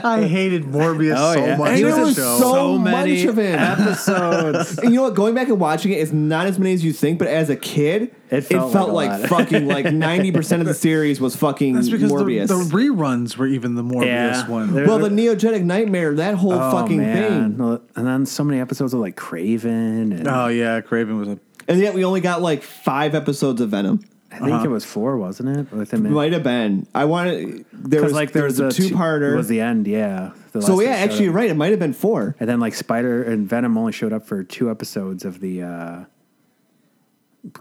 S3: I hated Morbius
S2: Oh,
S3: so
S2: yeah.
S3: much.
S2: And
S3: as
S2: it
S3: a
S2: was
S3: show.
S1: so-
S2: so
S1: much
S2: many
S1: of it.
S2: episodes.
S1: And you know what? Going back and watching it is not as many as you think, but as a kid,
S2: It felt like a
S1: like,
S2: lot.
S1: fucking like ninety percent of the series was fucking
S3: That's because the,
S1: Morbius.
S3: the reruns were even the Morbius
S2: Yeah.
S3: one.
S2: They're-
S1: well, the neogenic nightmare, that whole
S2: Oh,
S1: fucking
S2: man.
S1: thing,
S2: And then so many episodes of like Craven. And
S1: Uh,
S3: Oh yeah, Craven was a.
S1: and yet we only got like five episodes of Venom.
S2: I think
S1: uh-huh.
S2: it was four, wasn't it? With him, in-
S1: Might have been. I wanted there
S2: 'cause,
S1: was like there was a two parter.
S2: Was the end? Yeah. The
S1: so
S2: last
S1: yeah,
S2: they showed
S1: actually, you're
S2: up.
S1: right. It might have been four.
S2: And then like Spider and Venom only showed up for two episodes of the uh,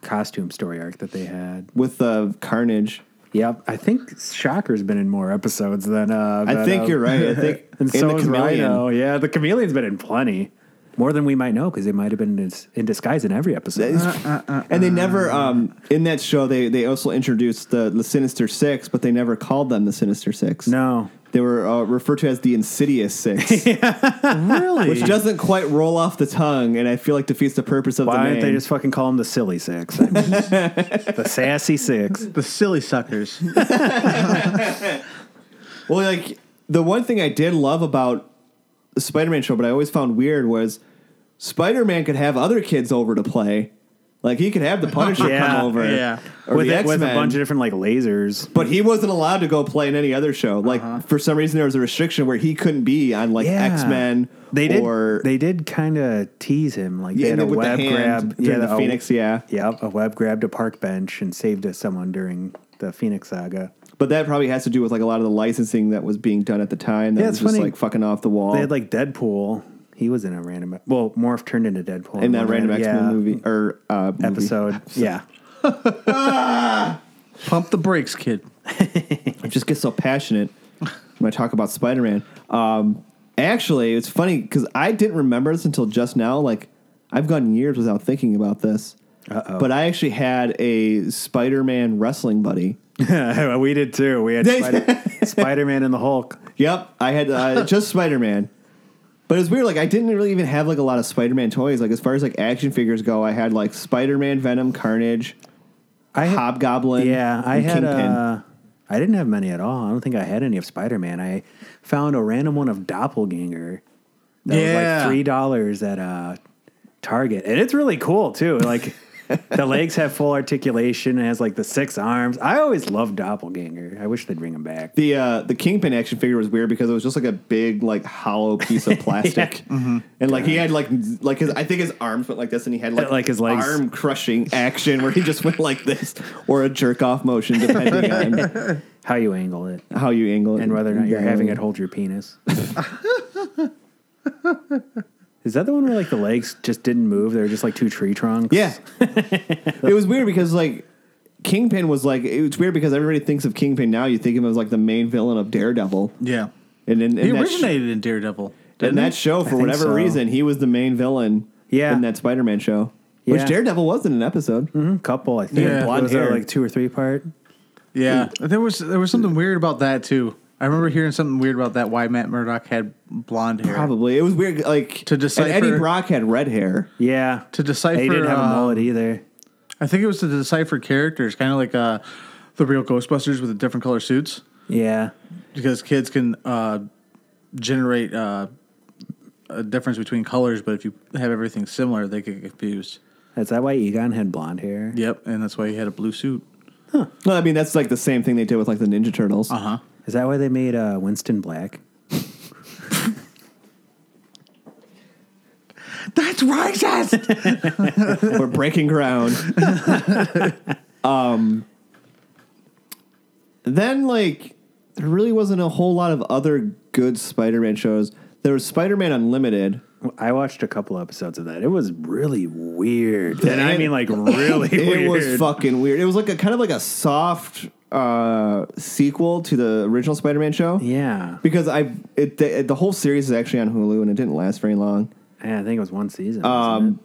S2: costume story arc that they had.
S1: with the Carnage.
S2: Uh, Yep, I think Shocker's been in more episodes than. Uh,
S1: I
S2: than,
S1: think
S2: uh,
S1: you're right. I think
S2: And
S1: in
S2: so
S1: the
S2: is
S1: chameleon.
S2: Rhino. Yeah, the chameleon's been in plenty. More than we might know because they might have been in, in disguise in every episode. Uh,
S1: and they never um, in that show they, they also introduced the, the Sinister Six, but they never called them the Sinister Six.
S2: no.
S1: They were uh, referred to as the Insidious Six,
S3: Really?
S1: which doesn't quite roll off the tongue, and I feel like defeats the purpose of the
S2: Why
S1: name.
S2: don't they just fucking call them the silly six? I mean, the sassy six.
S3: the silly suckers.
S1: Well, like the one thing I did love about the Spider-Man show, but I always found weird was Spider-Man could have other kids over to play. Like he could have the Punisher
S2: Yeah,
S1: come over,
S3: yeah.
S1: or
S2: with,
S1: the
S2: it, with a
S1: X-Men.
S2: bunch of different like lasers.
S1: But he wasn't allowed to go play in any other show. Like for some reason, there was a restriction where he couldn't be on like
S2: Uh-huh. Yeah.
S1: X Men.
S2: They did.
S1: or
S2: they did kind of tease him like they
S1: Yeah,
S2: had a
S1: with the
S2: web
S1: hand
S2: grab.
S1: during
S2: yeah, oh.
S1: the
S2: a-
S1: Phoenix. Yeah,
S2: Yep, a web grabbed a park bench and saved us someone during the Phoenix saga.
S1: but that probably has to do with like a lot of the licensing that was being done at the time. That
S2: Yeah,
S1: was
S2: it's
S1: just
S2: funny.
S1: like fucking off the wall.
S2: They had like Deadpool. He was in a random. e, Well, Morph turned into Deadpool
S1: in that
S2: one
S1: random X Men
S2: yeah,
S1: movie or uh, movie.
S2: episode. Yeah,
S3: Pump the brakes, kid.
S1: I just get so passionate when I talk about Spider Man. Um, actually, it's funny because I didn't remember this until just now. Like, I've gone years without thinking about this.
S2: Uh-oh.
S1: But I actually had a Spider Man wrestling buddy.
S2: we did too. We had
S1: They-
S2: Spider Man and the Hulk.
S1: Yep, I had uh, just Spider Man. But it's weird. Like I didn't really even have like a lot of Spider Man toys. Like as far as like action figures go, I had like Spider Man, Venom, Carnage,
S2: I had-
S1: Hobgoblin.
S2: Yeah, I
S1: and
S2: had.
S1: Kingpin.
S2: Uh, I didn't have many at all. I don't think I had any of Spider Man. I found a random one of Doppelganger. That was
S3: Yeah.
S2: like three dollars at uh, Target, and it's really cool too. Like the legs have full articulation. It has like the six arms. I always loved Doppelganger. I wish they'd bring him back.
S1: the uh, the Kingpin action figure was weird because it was just like a big like hollow piece of plastic,
S2: Mm-hmm.
S1: and like he had like z- like his I think his arms went like this, and he had like
S2: Like his legs.
S1: arm crushing action where he just went like this or a jerk off motion depending on
S2: How you angle it,
S1: how you angle it
S2: and whether or not you're having it
S1: home.
S2: hold your penis. Is that the one where like the legs just didn't move? They were just like two tree trunks.
S1: Yeah. it was weird because like Kingpin was like it's weird because everybody thinks of Kingpin now. You think of him as like the main villain of Daredevil,
S3: Yeah.
S1: and in,
S3: He
S1: in that sh-
S3: originated in Daredevil.
S1: in
S3: didn't
S1: that
S3: he?
S1: show for
S2: think
S1: whatever
S2: so.
S1: reason he was the main villain.
S2: Yeah.
S1: in that Spider-Man show, which
S2: Yeah.
S1: Daredevil was in an episode.
S3: Mm-hmm.
S2: Mhm, couple. I think.
S3: Yeah.
S2: What
S1: Blonde
S2: was that,
S1: hair.
S2: like two or three part.
S3: Yeah, there was there was something weird about that too. I remember hearing something weird about that. Why Matt Murdock had blonde hair?
S1: Probably it was weird. Like
S3: To decipher-
S1: and Eddie Brock had red hair.
S2: Yeah.
S3: To decipher,
S2: They didn't have a
S3: um,
S2: mullet either.
S3: I think it was to decipher characters, kind of like uh, the real Ghostbusters with the different color suits,
S2: Yeah.
S3: because kids can uh, generate uh, a difference between colors. But if you have everything similar, they get confused.
S2: Is that why Egon had blonde hair?
S3: Yep, and that's why he had a blue suit.
S1: No, I mean that's like the same thing they did with like the Ninja Turtles.
S3: Uh huh.
S2: Is that why they made uh, Winston black?
S3: That's racist.
S1: We're breaking ground. um, then like there really wasn't a whole lot of other good Spider-Man shows. There was Spider-Man Unlimited.
S2: I watched a couple episodes of that. It was really weird, and I
S1: And-
S2: mean like really
S1: It
S2: weird.
S1: was fucking weird. It was like a kind of like a soft uh, sequel to the original Spider-Man show.
S2: yeah.
S1: Because I it the, the whole series is actually on Hulu and it didn't last very long.
S2: yeah, I think it was one season. wasn't
S1: Um,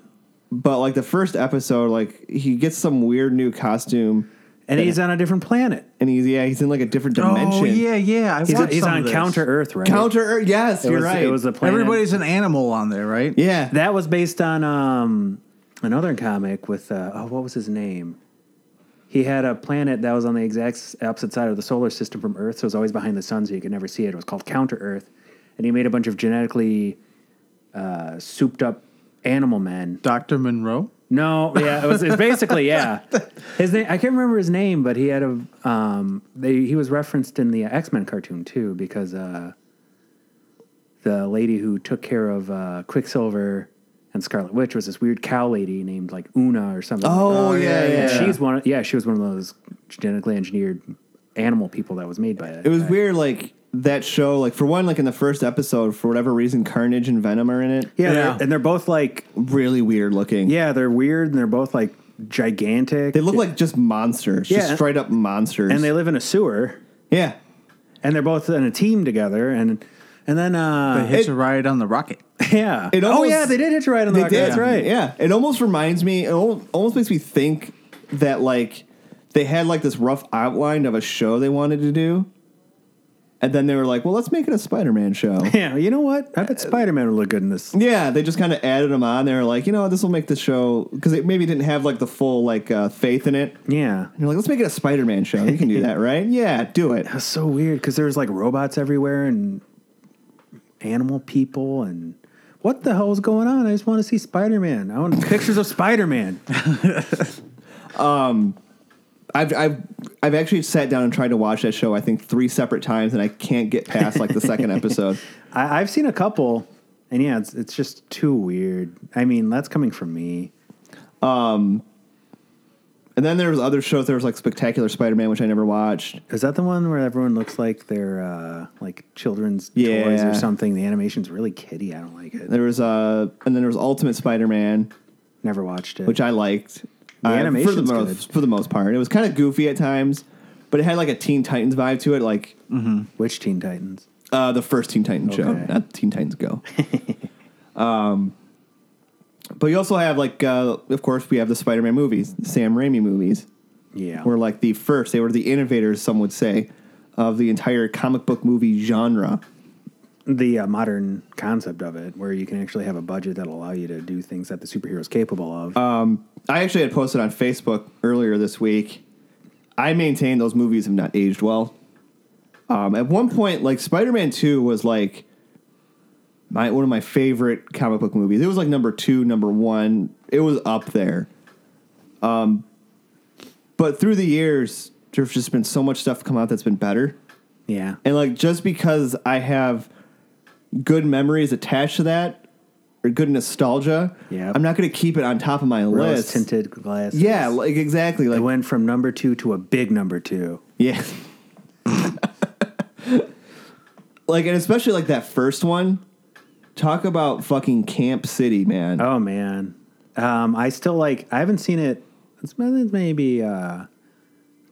S1: but like the first episode, like he gets some weird new costume,
S2: it? and he's on a different planet.
S1: and he's yeah he's in like a different dimension.
S3: Oh yeah, yeah. I
S2: He's,
S3: watched
S2: he's
S3: some of
S2: on
S3: this.
S2: Counter Earth, right?
S1: Counter Earth. Yes,
S2: It
S1: you're
S2: was,
S1: right.
S2: It was a planet.
S3: Everybody's an animal on there, right?
S1: yeah.
S2: That was based on um, another comic with uh, oh, what was his name? He had a planet that was on the exact opposite side of the solar system from Earth, so it was always behind the sun, so you could never see it. It was called Counter Earth, and he made a bunch of genetically uh, souped up animal men.
S3: Doctor Monroe.
S2: No, yeah, it was it's basically yeah. His name I can't remember his name, but he had a um, they, he was referenced in the X Men cartoon too because uh, the lady who took care of uh, Quicksilver and Scarlet Witch was this weird cow lady named like Una or something. like
S1: oh,
S3: Oh,
S1: yeah,
S3: yeah,
S1: yeah.
S2: that. she's one. Of, yeah, she was one of those genetically engineered animal people that was made by it.
S1: it was weird, like that show. Like for one, like in the first episode, for whatever reason, Carnage and Venom are in it.
S2: yeah,
S3: Yeah.
S2: They're, and they're both like
S1: Really weird looking.
S2: yeah, they're weird and they're both like gigantic.
S1: They look like just monsters.
S2: Yeah.
S1: Just straight up monsters.
S2: and they live in a sewer.
S1: yeah.
S2: and they're both in a team together and and then
S3: They
S2: uh
S3: hitch a ride on the rocket.
S2: yeah
S1: It
S2: oh
S1: almost-
S2: yeah they did hitch a ride on the
S1: They
S2: rocket
S1: did.
S2: that's right
S1: Yeah. It almost reminds me. It al- almost makes me think that like they had like this rough outline of a show they wanted to do, and then they were like, "Well, let's make it a Spider-Man show."
S2: yeah you know what I bet Spider Man would look good in this
S1: Yeah, they just kind of added them on. They were like, you know, this will make the show because it maybe didn't have like the full like uh, faith in it. And
S2: yeah
S1: you're like, let's make it a Spider-Man show. You can do that, right? Yeah, do it.
S2: that's so weird because there's like robots everywhere and animal people and what the hell is going on I just want to see Spider Man I want pictures of Spider Man
S1: I've I've I've actually sat down and tried to watch that show. I think three separate times, and I can't get past like the second episode.
S2: I, I've seen a couple and yeah it's it's just too weird I mean that's coming from me
S1: And then there was other shows. There was like Spectacular Spider-Man, which I never watched.
S2: Is that the one where everyone looks like they're uh, like children's toys
S1: Yeah.
S2: or something? The animation's really kiddie. I don't like it.
S1: There was uh, and then there was Ultimate Spider-Man,
S2: Never watched it.
S1: which I liked.
S2: The
S1: Uh, for the
S2: animation's
S1: most
S2: good.
S1: for the most part, it was kind of goofy at times, but it had like a Teen Titans vibe to it, like.
S2: Which Teen Titans?
S1: Uh, the first Teen Titans show,
S2: Okay.
S1: not Teen Titans Go. um, but you also have like, uh, of course, we have the Spider-Man movies, the Sam Raimi movies,
S2: Yeah.
S1: were like the first. They were the innovators, some would say, of the entire comic book movie genre.
S2: the uh, modern concept of it, where you can actually have a budget that'll allow you to do things that the superhero's capable of.
S1: Uh, I actually had posted on Facebook earlier this week. I maintain those movies have not aged well. Um, at one point, like Spider-Man Two was like my one of my favorite comic book movies. It was like number two, number one. It was up there. Um, but through the years, there's just been so much stuff come out that's been better.
S2: yeah.
S1: And like just because I have good memories attached to that or good nostalgia,
S2: Yeah.
S1: I'm not going to keep it on top of my
S2: Rose
S1: list.
S2: tinted glasses.
S1: Yeah, like exactly.
S2: it
S1: Like
S2: went from number two to a big number two.
S1: yeah. like and especially like that first one, Talk about fucking Camp City, man.
S2: Oh man, um, I still like. I haven't seen it. It's been maybe uh, a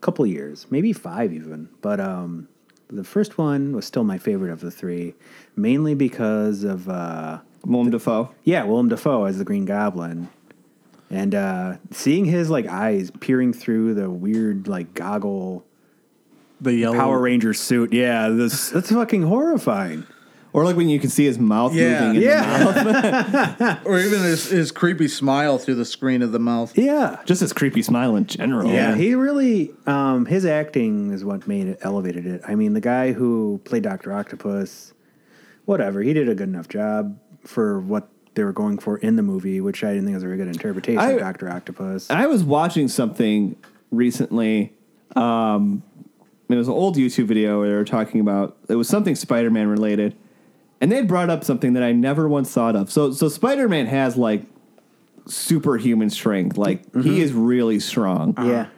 S2: couple years, maybe five even. But um, the first one was still my favorite of the three, mainly because of uh,
S1: Willem Dafoe.
S2: yeah, Willem Dafoe as the Green Goblin, and uh, seeing his like eyes peering through the weird like goggle
S3: The yellow
S2: Power Ranger suit. Yeah, this that's fucking horrifying.
S1: Or like when you can see his mouth
S3: Yeah.
S1: moving. in the-
S2: Yeah,
S3: or even his, his creepy smile through the screen of the mouth.
S2: yeah.
S1: Just his creepy smile in general.
S2: Yeah, he really um, his acting is what made it elevated it. I mean, the guy who played Doctor Octopus, whatever, he did a good enough job for what they were going for in the movie, which I didn't think was a very good interpretation
S1: I-
S2: of Doctor Octopus.
S1: I was watching something recently. Um, it was an old YouTube video where they were talking about it was something Spider Man related, and they brought up something that I never once thought of. So, so Spider Man has like superhuman strength. Like
S2: Mm-hmm.
S1: he is really strong.
S2: yeah,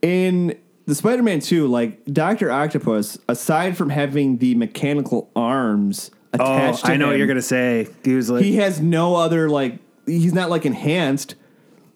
S1: In the Spider Man Two, like Doctor Octopus, aside from having the mechanical arms
S2: oh,
S1: attached, to
S2: I know what
S1: him,
S2: you're gonna say. He was like,
S1: he has no other like he's not like enhanced.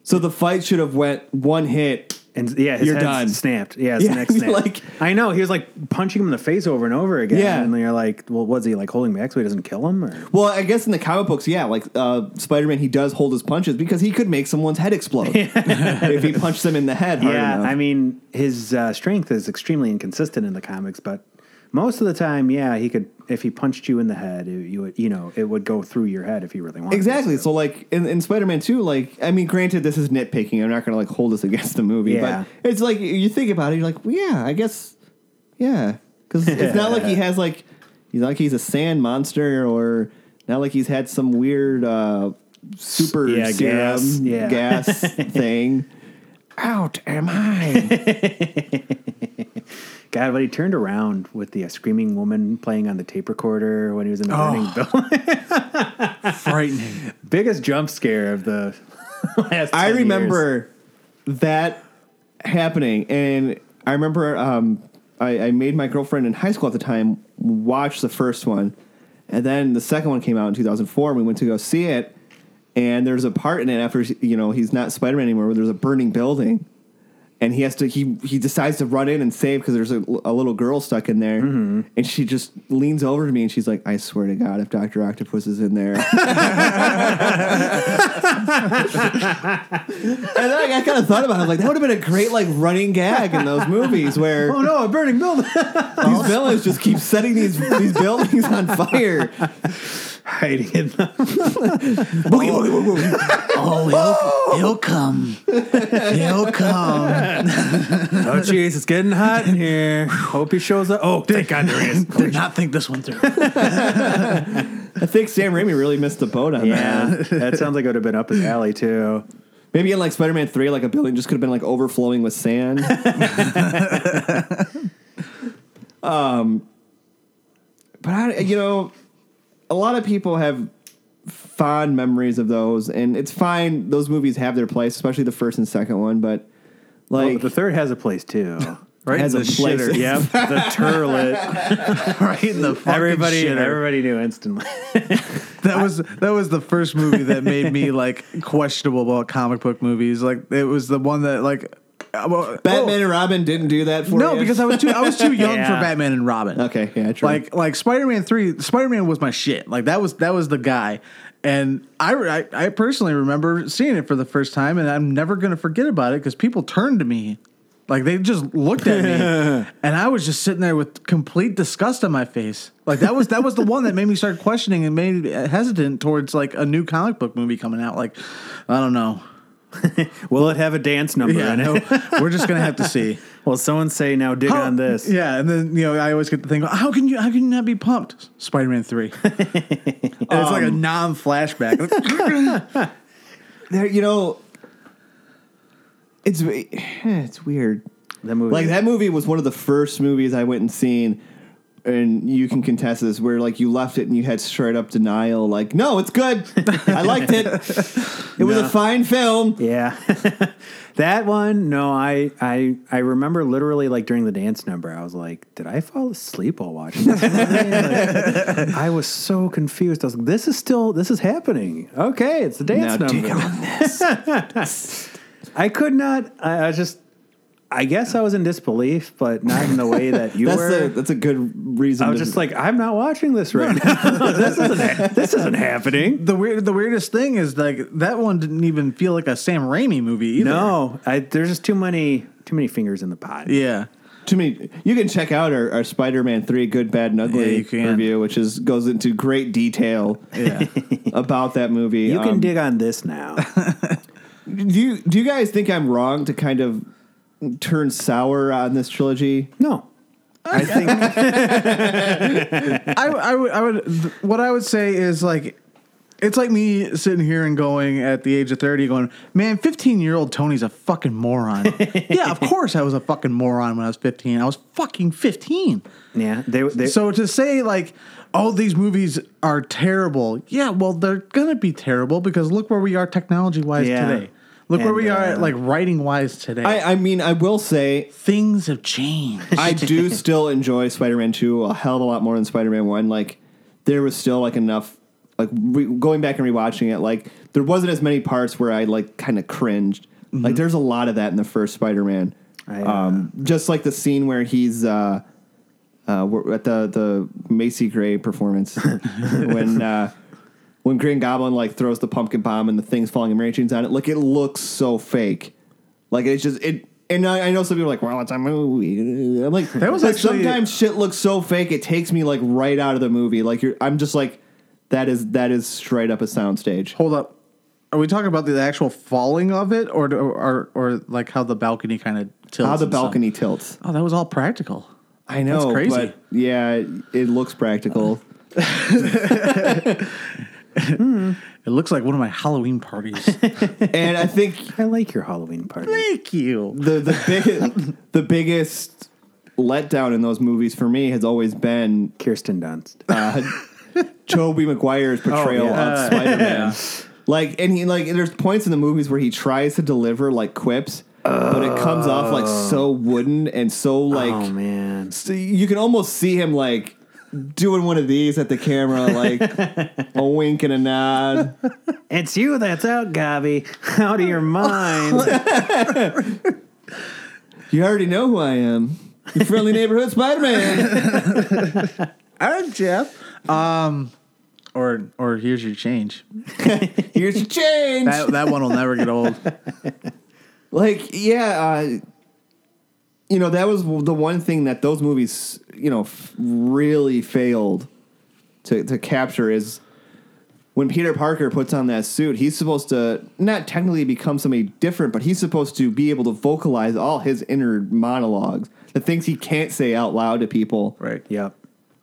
S1: So the fight should have went one hit
S2: and yeah, his
S1: You're
S2: head
S1: done.
S2: snapped. Yeah, his
S1: Yeah,
S2: neck snapped.
S1: like-
S2: I know he was like punching him in the face over and over again.
S1: Yeah.
S2: and you're like, well, was he like holding back so he doesn't kill him? Or
S1: Well, I guess in the comic books, yeah, like uh, Spider Man, he does hold his punches because he could make someone's head explode if he punched them in the head. Hard
S2: yeah,
S1: enough.
S2: I mean, his uh, strength is extremely inconsistent in the comics, but most of the time, yeah, he could. If he punched you in the head, it, you would, you know, it would go through your head if he really wanted.
S1: exactly.
S2: to.
S1: So, like in, in Spider Man Two, like I mean, granted, this is nitpicking. I'm not going to like hold this against the movie,
S2: Yeah.
S1: but it's like you think about it, you're like, well, yeah, I guess, yeah, because it's not like he has like he's not like he's a sand monster or not like he's had some weird uh, super
S2: Yeah,
S1: serum
S2: gas. Yeah.
S1: gas thing. Out am I?
S2: God, but he turned around with the uh, screaming woman playing on the tape recorder when he was in the burning building.
S3: Frightening.
S2: Biggest jump scare of the last.
S1: I
S2: 10 years.
S1: remember that happening, and I remember um, I, I made my girlfriend in high school at the time watch the first one, and then the second one came out in 2004. And we went to go see it, and there's a part in it after you know he's not Spider Man anymore, where there's a burning building, and he has to he he decides to run in and save because there's a, a little girl stuck in there, and she just leans over to me and she's like, "I swear to God, if Doctor Octopus is in there." And then I, kind of thought about it. I was like, that would have been a great like running gag in those movies where
S2: Oh no, a burning building!
S1: these villains just keep setting these these buildings on fire.
S2: Hiding in the
S1: Boogie, boogie, boogie, boogie.
S3: Oh, he'll, he'll come. He'll come.
S2: oh jeez, it's getting hot in here. Hope he shows up. Oh, thank God there is.
S3: Did not think this one through.
S1: I think Sam Raimi really missed the boat on that.
S2: Yeah, that sounds like it would have been up his alley too.
S1: Maybe in like Spider Man Three, like a building just could have been like overflowing with sand. um, Um, but I, you know, a lot of people have fond memories of those, and it's fine. Those movies have their place, especially the first and second one. But
S2: Well,
S1: like,
S2: the third has a place too.
S3: Right
S1: Has
S3: in
S1: a
S3: the
S1: place.
S3: shitter.
S2: yep, the turlet.
S3: right in the fucking
S2: Everybody,
S3: shitter.
S2: everybody knew instantly.
S3: That was that was the first movie that made me like questionable about comic book movies. Like it was the one that like uh, well,
S1: Batman
S3: oh,
S1: and Robin didn't do that for
S3: no,
S1: you?
S3: because I was too I was too young
S2: Yeah.
S3: for Batman and Robin.
S1: okay, yeah, true.
S3: Like like Spider Man three, Spider Man was my shit. Like that was that was the guy, and I, I I personally remember seeing it for the first time, and I'm never gonna forget about it because people turned to me, like they just looked at me, and I was just sitting there with complete disgust on my face. Like that was that was the one that made me start questioning and made me hesitant towards like a new comic book movie coming out. Like I don't know,
S2: Will it have a dance number
S3: yeah,
S2: in it?
S3: no, we're just gonna have to see.
S2: Will someone say now dig
S3: How-
S2: on this?
S3: Oh, Yeah, and then you know I always get the thing. How can you? How can you not be pumped? Spider Man three. and it's like a
S2: Um,
S3: non flashback.
S1: there, you know, it's it's weird.
S2: That movie.
S1: Like that movie was one of the first movies I went and seen and you can contest this, where like you left it and you had straight up denial, like, no, it's good. I liked it. It was a fine film.
S2: Yeah. that one, no, I, I I remember literally like during the dance number, I was like, did I fall asleep while watching this? movie?" Like, I was so confused. I was like, this is still this is happening. Okay, it's the dance
S1: Now dig
S2: number. I could not I, I was just I guess I was in disbelief, but not in the way that you
S1: That's
S2: were.
S1: a that's a good reason.
S2: I was
S1: to-
S2: just like, I'm not watching this right now. this isn't this isn't happening.
S3: The weird, the weirdest thing is like that one didn't even feel like a Sam Raimi movie either.
S2: No, I, there's just too many too many fingers in the pot.
S3: Yeah.
S1: too many. You can check out our, our Spider-Man Three: Good, Bad, and
S3: Yeah,
S1: Ugly
S3: you can.
S1: review, which is goes into great detail
S3: Yeah.
S1: about that movie.
S2: You can
S1: Um,
S2: dig on this now.
S1: do you do you guys think I'm wrong to kind of turn sour on this trilogy?
S2: No, I think
S3: I, I would, I would, th- what I would say is like, it's like me sitting here and going at the age of 30 going, man, 15 year old Tony's a fucking moron. yeah, of course I was a fucking moron when I was 15. I was fucking 15.
S2: yeah. They, they
S3: So to say like, oh, these movies are terrible. Yeah, well, they're going to be terrible because look where we are technology wise
S2: Yeah.
S3: today. Look where
S2: And,
S3: we are
S2: uh,
S3: like writing wise today.
S1: I, I mean, I will say
S3: Things have changed.
S1: I do still enjoy Spider-Man 2 a hell of a lot more than Spider-Man 1. Like there was still like enough like re- going back and rewatching it like there wasn't as many parts where I like kind of cringed. Like there's a lot of that in the first Spider-Man.
S2: Mm-hmm. I, uh,
S1: um just like the scene where he's uh uh where- at the the Macy Gray performance when uh when Green Goblin like throws the pumpkin bomb and the thing's falling and Mary Jane's on it, like it looks so fake. Like it's just it. And I, I know some people are like, well, it's a movie. I'm like,
S3: That was
S1: but
S3: actually-
S1: sometimes shit looks so fake it takes me like right out of the movie. Like you're, I'm just like, that is that is straight up a soundstage.
S3: Hold up. Are we talking about the actual falling of it, or or or like how the balcony kind of tilts?
S1: How the
S3: and stuff?
S1: balcony tilts.
S3: Oh, that was all practical.
S1: I know,
S3: That's crazy.
S1: but yeah, it, it looks practical.
S3: It looks like one of my Halloween parties.
S1: and I think
S2: I like your Halloween party.
S3: Thank you.
S1: the the biggest the biggest letdown in those movies for me has always been
S2: Kirsten Dunst.
S1: Toby Maguire's
S2: Oh,
S1: portrayal of Spider Man. Like, and he like, there's points in the movies where he tries to deliver like quips, but it comes off like so wooden and so like
S2: oh man,
S1: so you can almost see him like doing one of these at the camera, like a wink and a nod.
S2: it's you that's out, Gabi. Out of your mind.
S1: You already know who I am. Your friendly neighborhood Spider Man.
S3: I'm Jeff. Um, or or here's your change.
S1: Here's your change.
S3: That that one will never get old.
S1: like yeah uh, you know that was the one thing that those movies you know f- really failed to, to capture is when peter parker puts on that suit he's supposed to not technically become somebody different but he's supposed to be able to vocalize all his inner monologues the things he can't say out loud to people
S3: Right.
S2: yep.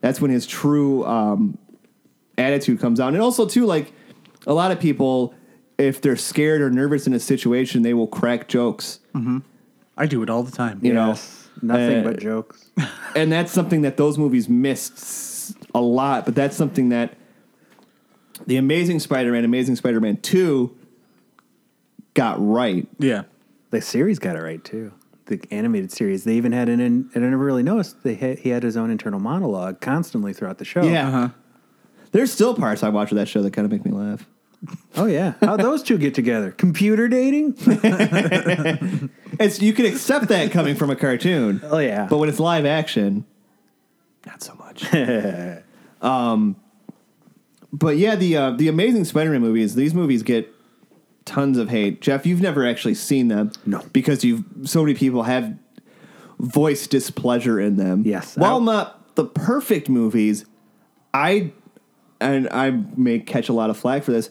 S1: that's when his true um, attitude comes out. And also, too, like a lot of people, if they're scared or nervous in a situation, they will crack jokes,
S3: I do it all the time.
S1: you know,
S2: nothing
S1: Uh,
S2: but jokes.
S1: and that's something that those movies missed s- a lot. But that's something that the Amazing Spider-Man, Amazing Spider-Man Two, got right.
S3: Yeah.
S2: The series got it right too. The animated series. They even had an. In, and I never really noticed. They had, he had his own internal monologue constantly throughout the show.
S1: Yeah.
S3: Uh-huh.
S1: There's still parts I watch of that show that kind of make me laugh.
S2: Oh yeah. How those two get together? Computer dating?
S1: It's you can accept that coming from a cartoon.
S2: Oh yeah.
S1: But when it's live action, not so much. um, but yeah, the uh, the Amazing Spider-Man movies. These movies get tons of hate. Jeff, you've never actually seen them,
S2: No.
S1: because you've so many people have voiced displeasure in them.
S2: Yes.
S1: while
S2: I-
S1: not the perfect movies, I and I may catch a lot of flack for this.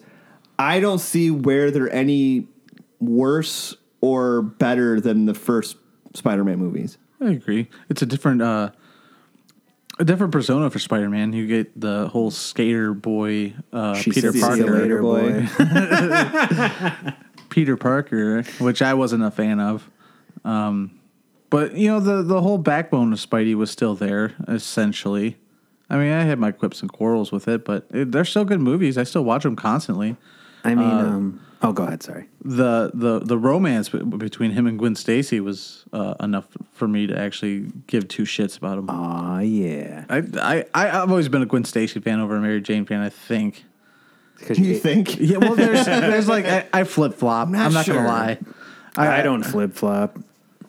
S1: I don't see where they're any worse or better than the first Spider-Man movies.
S3: I agree. It's a different uh a different persona for Spider-Man. You get the whole skater boy uh
S2: She
S3: Peter
S2: says, "See you
S3: Parker.
S2: later, boy."
S3: Peter Parker, which I wasn't a fan of. Um, but you know the the whole backbone of Spidey was still there essentially. I mean, I had my quips and quarrels with it, but it, they're still good movies. I still watch them constantly.
S2: I mean, um, oh, go ahead. Sorry.
S3: the the the romance be- between him and Gwen Stacy was uh, enough for me to actually give two shits about him.
S2: Aw, yeah.
S3: I, I I I've always been a Gwen Stacy fan over a Mary Jane fan. I think.
S1: You think?
S3: Yeah, well, there's there's like I, I flip flop. I'm
S1: not
S3: not,
S1: sure.
S3: gonna lie.
S2: I, don't flip flop.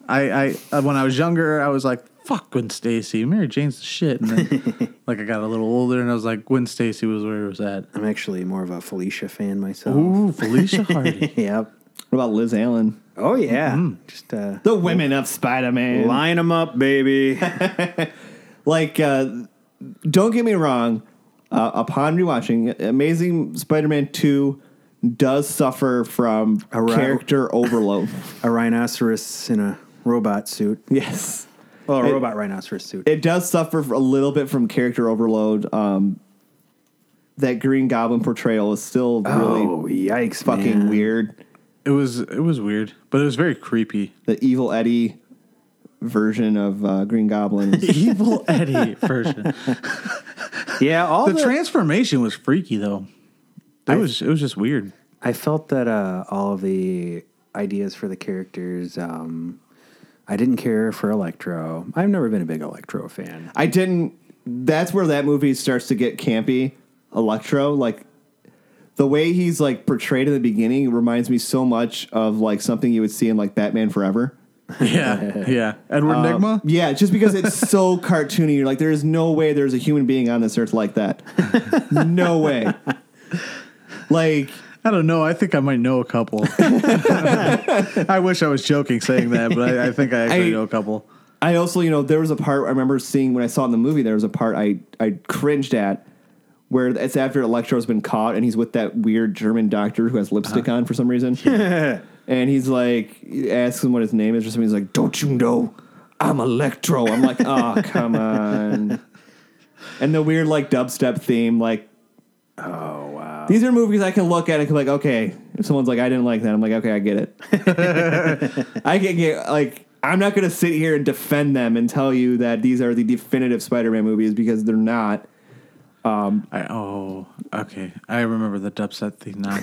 S3: I, I uh, when I was younger, I was like, "Fuck Gwen Stacy, Mary Jane's the shit." And then, like, I got a little older, and I was like, "Gwen Stacy was where it was at."
S2: I'm actually more of a Felicia fan myself.
S3: Ooh, Felicia Hardy.
S2: Yep.
S1: What about Liz Allen?
S2: Oh yeah. Just uh,
S1: The women of Spider Man.
S2: line them up, baby.
S1: like uh, don't get me wrong uh, upon rewatching amazing spider-man 2 does suffer from
S2: right.
S1: character overload
S2: a rhinoceros in a robot suit.
S1: yes
S2: Well, Oh, a
S1: It-
S2: robot rhinoceros suit.
S1: it does suffer a little bit from character overload um, that green goblin portrayal is still really
S2: oh yikes!
S1: fucking
S2: man.
S1: weird
S3: it was it was weird, but it was very creepy.
S1: the evil eddie version of uh, green goblin is-
S3: Evil Eddie version.
S2: Yeah, all
S3: The
S2: the,
S3: transformation was freaky though. It
S2: I-
S3: was it was just weird.
S2: I felt that uh, all of the ideas for the characters. Um, I didn't care for Electro. I've never been a big Electro fan.
S1: I didn't. That's where that movie starts to get campy. Electro, like the way he's like portrayed in the beginning, reminds me so much of like something you would see in like Batman Forever.
S3: Yeah, yeah. Edward Nigma.
S1: Yeah, just because it's so cartoony, you're like, there is no way there's a human being on this earth like that. no way. Like,
S3: I don't know. I think I might know a couple. I wish I was joking saying that, but I, I think I actually
S1: I-
S3: know a couple.
S1: I also, you know, there was a part I remember seeing when I saw it in the movie. There was a part I I cringed at where it's after Electro's been caught and he's with that weird German doctor who has lipstick
S2: Uh-huh.
S1: on for some reason. and he's like asks him what his name is or something. He's like, "Don't you know I'm Electro?" I'm like, "Oh, come on." And the weird like dubstep theme like
S2: Oh wow!
S1: these are movies I can look at and be like, okay, if someone's like, I didn't like that, I'm like, okay, I get it. I can get like, I'm not gonna sit here and defend them and tell you that these are the definitive Spider-Man movies because they're not.
S3: I, oh, okay. I remember the dubstep thing now.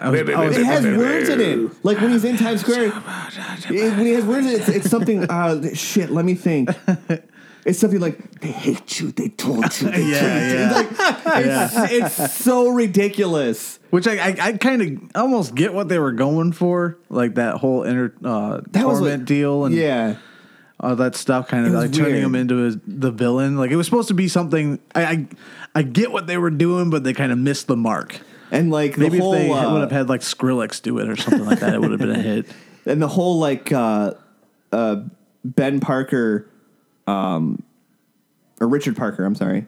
S3: I was, I was-
S1: Oh, It has words in it. Like when he's in Times Square, it- when he has words in it, it's, it's something. Uh, shit, let me think. It's something like they hate you, they told you. They
S3: yeah, yeah.
S1: It's, it's so ridiculous.
S3: Which I, I, I kind of almost get what they were going for, like that whole inner uh,
S1: That was
S3: torment
S1: like-
S3: deal and
S1: Yeah,
S3: all that stuff, kind of
S1: was
S3: like turning
S1: weird.
S3: him into a, the villain. Like it was supposed to be something. I, I, I get what they were doing, but they kind of missed the mark.
S1: and like the
S3: Maybe
S1: whole
S3: if they
S1: uh,
S3: would have had like Skrillex do it or something like that, it would have been a hit.
S1: and the whole like uh, uh, Ben Parker, um, or Richard Parker, I'm sorry,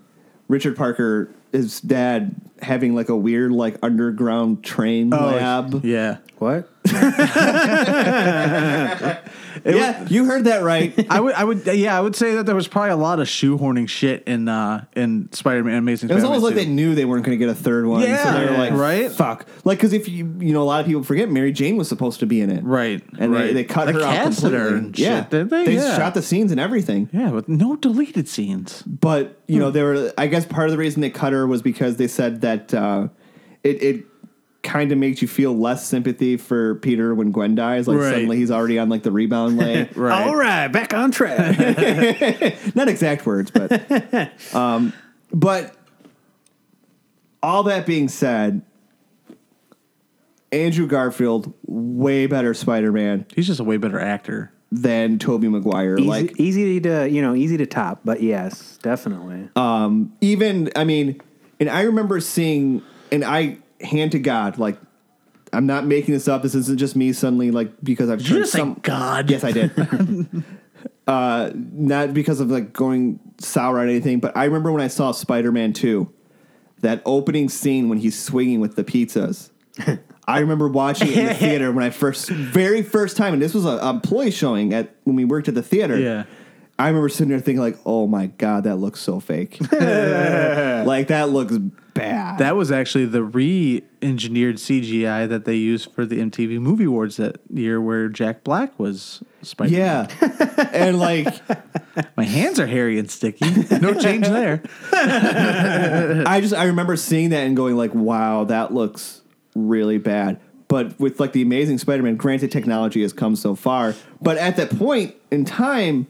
S1: Richard Parker, his dad having like a weird like underground train lab.
S3: Oh, Yeah.
S2: What?
S1: yeah, you heard that right.
S3: I would, I would, yeah, I would say that there was probably a lot of shoehorning shit in uh in Spider-Man Amazing.
S1: It was
S3: Spider-Man
S1: almost like
S3: 2.
S1: they knew they weren't going to get a third one, so
S3: Yeah.
S1: they were like,
S3: Right?
S1: fuck." Like, because if you, you know, a lot of people forget Mary Jane was supposed to be in it,
S3: right,
S1: And
S3: right.
S1: they, they cut her out
S3: casted
S1: completely.
S3: her and
S1: yeah,
S3: shit, did they? yeah.
S1: shot the scenes and everything.
S3: yeah, with no deleted scenes.
S1: but you
S3: Hmm.
S1: know they were i guess part of the reason they cut her was because they said that uh, it, it kind of makes you feel less sympathy for peter when gwen dies like
S3: Right.
S1: suddenly he's already on like the rebound lane
S3: Right.
S2: All right, back on track.
S1: not exact words but um, but all that being said andrew garfield way better spider-man
S3: He's just a way better actor.
S1: than toby maguire
S2: easy,
S1: like
S2: easy to you know, easy to top, but yes, definitely.
S1: even I mean, and I remember seeing, and I hand to God, like I'm not making this up. This isn't just me suddenly like because I've
S3: you
S1: turned
S3: just say God?
S1: Yes, I did. uh, not because of like going sour on anything, but I remember when I saw Spider-Man Two, that opening scene when he's swinging with the pizzas. I remember watching it in the theater when I first, very first time, and this was a, a employee showing at when we worked at the theater.
S3: Yeah.
S1: I remember sitting there thinking like, "Oh my god, that looks so fake. like that looks bad."
S3: That was actually the re-engineered CGI that they used for the MTV Movie Awards that year, where Jack Black was Spider.
S1: yeah, and like
S3: My hands are hairy and sticky. No change there.
S1: I just I remember seeing that and going like, "Wow, that looks really bad." But with like the Amazing Spider-Man, granted technology has come so far, but at that point in time,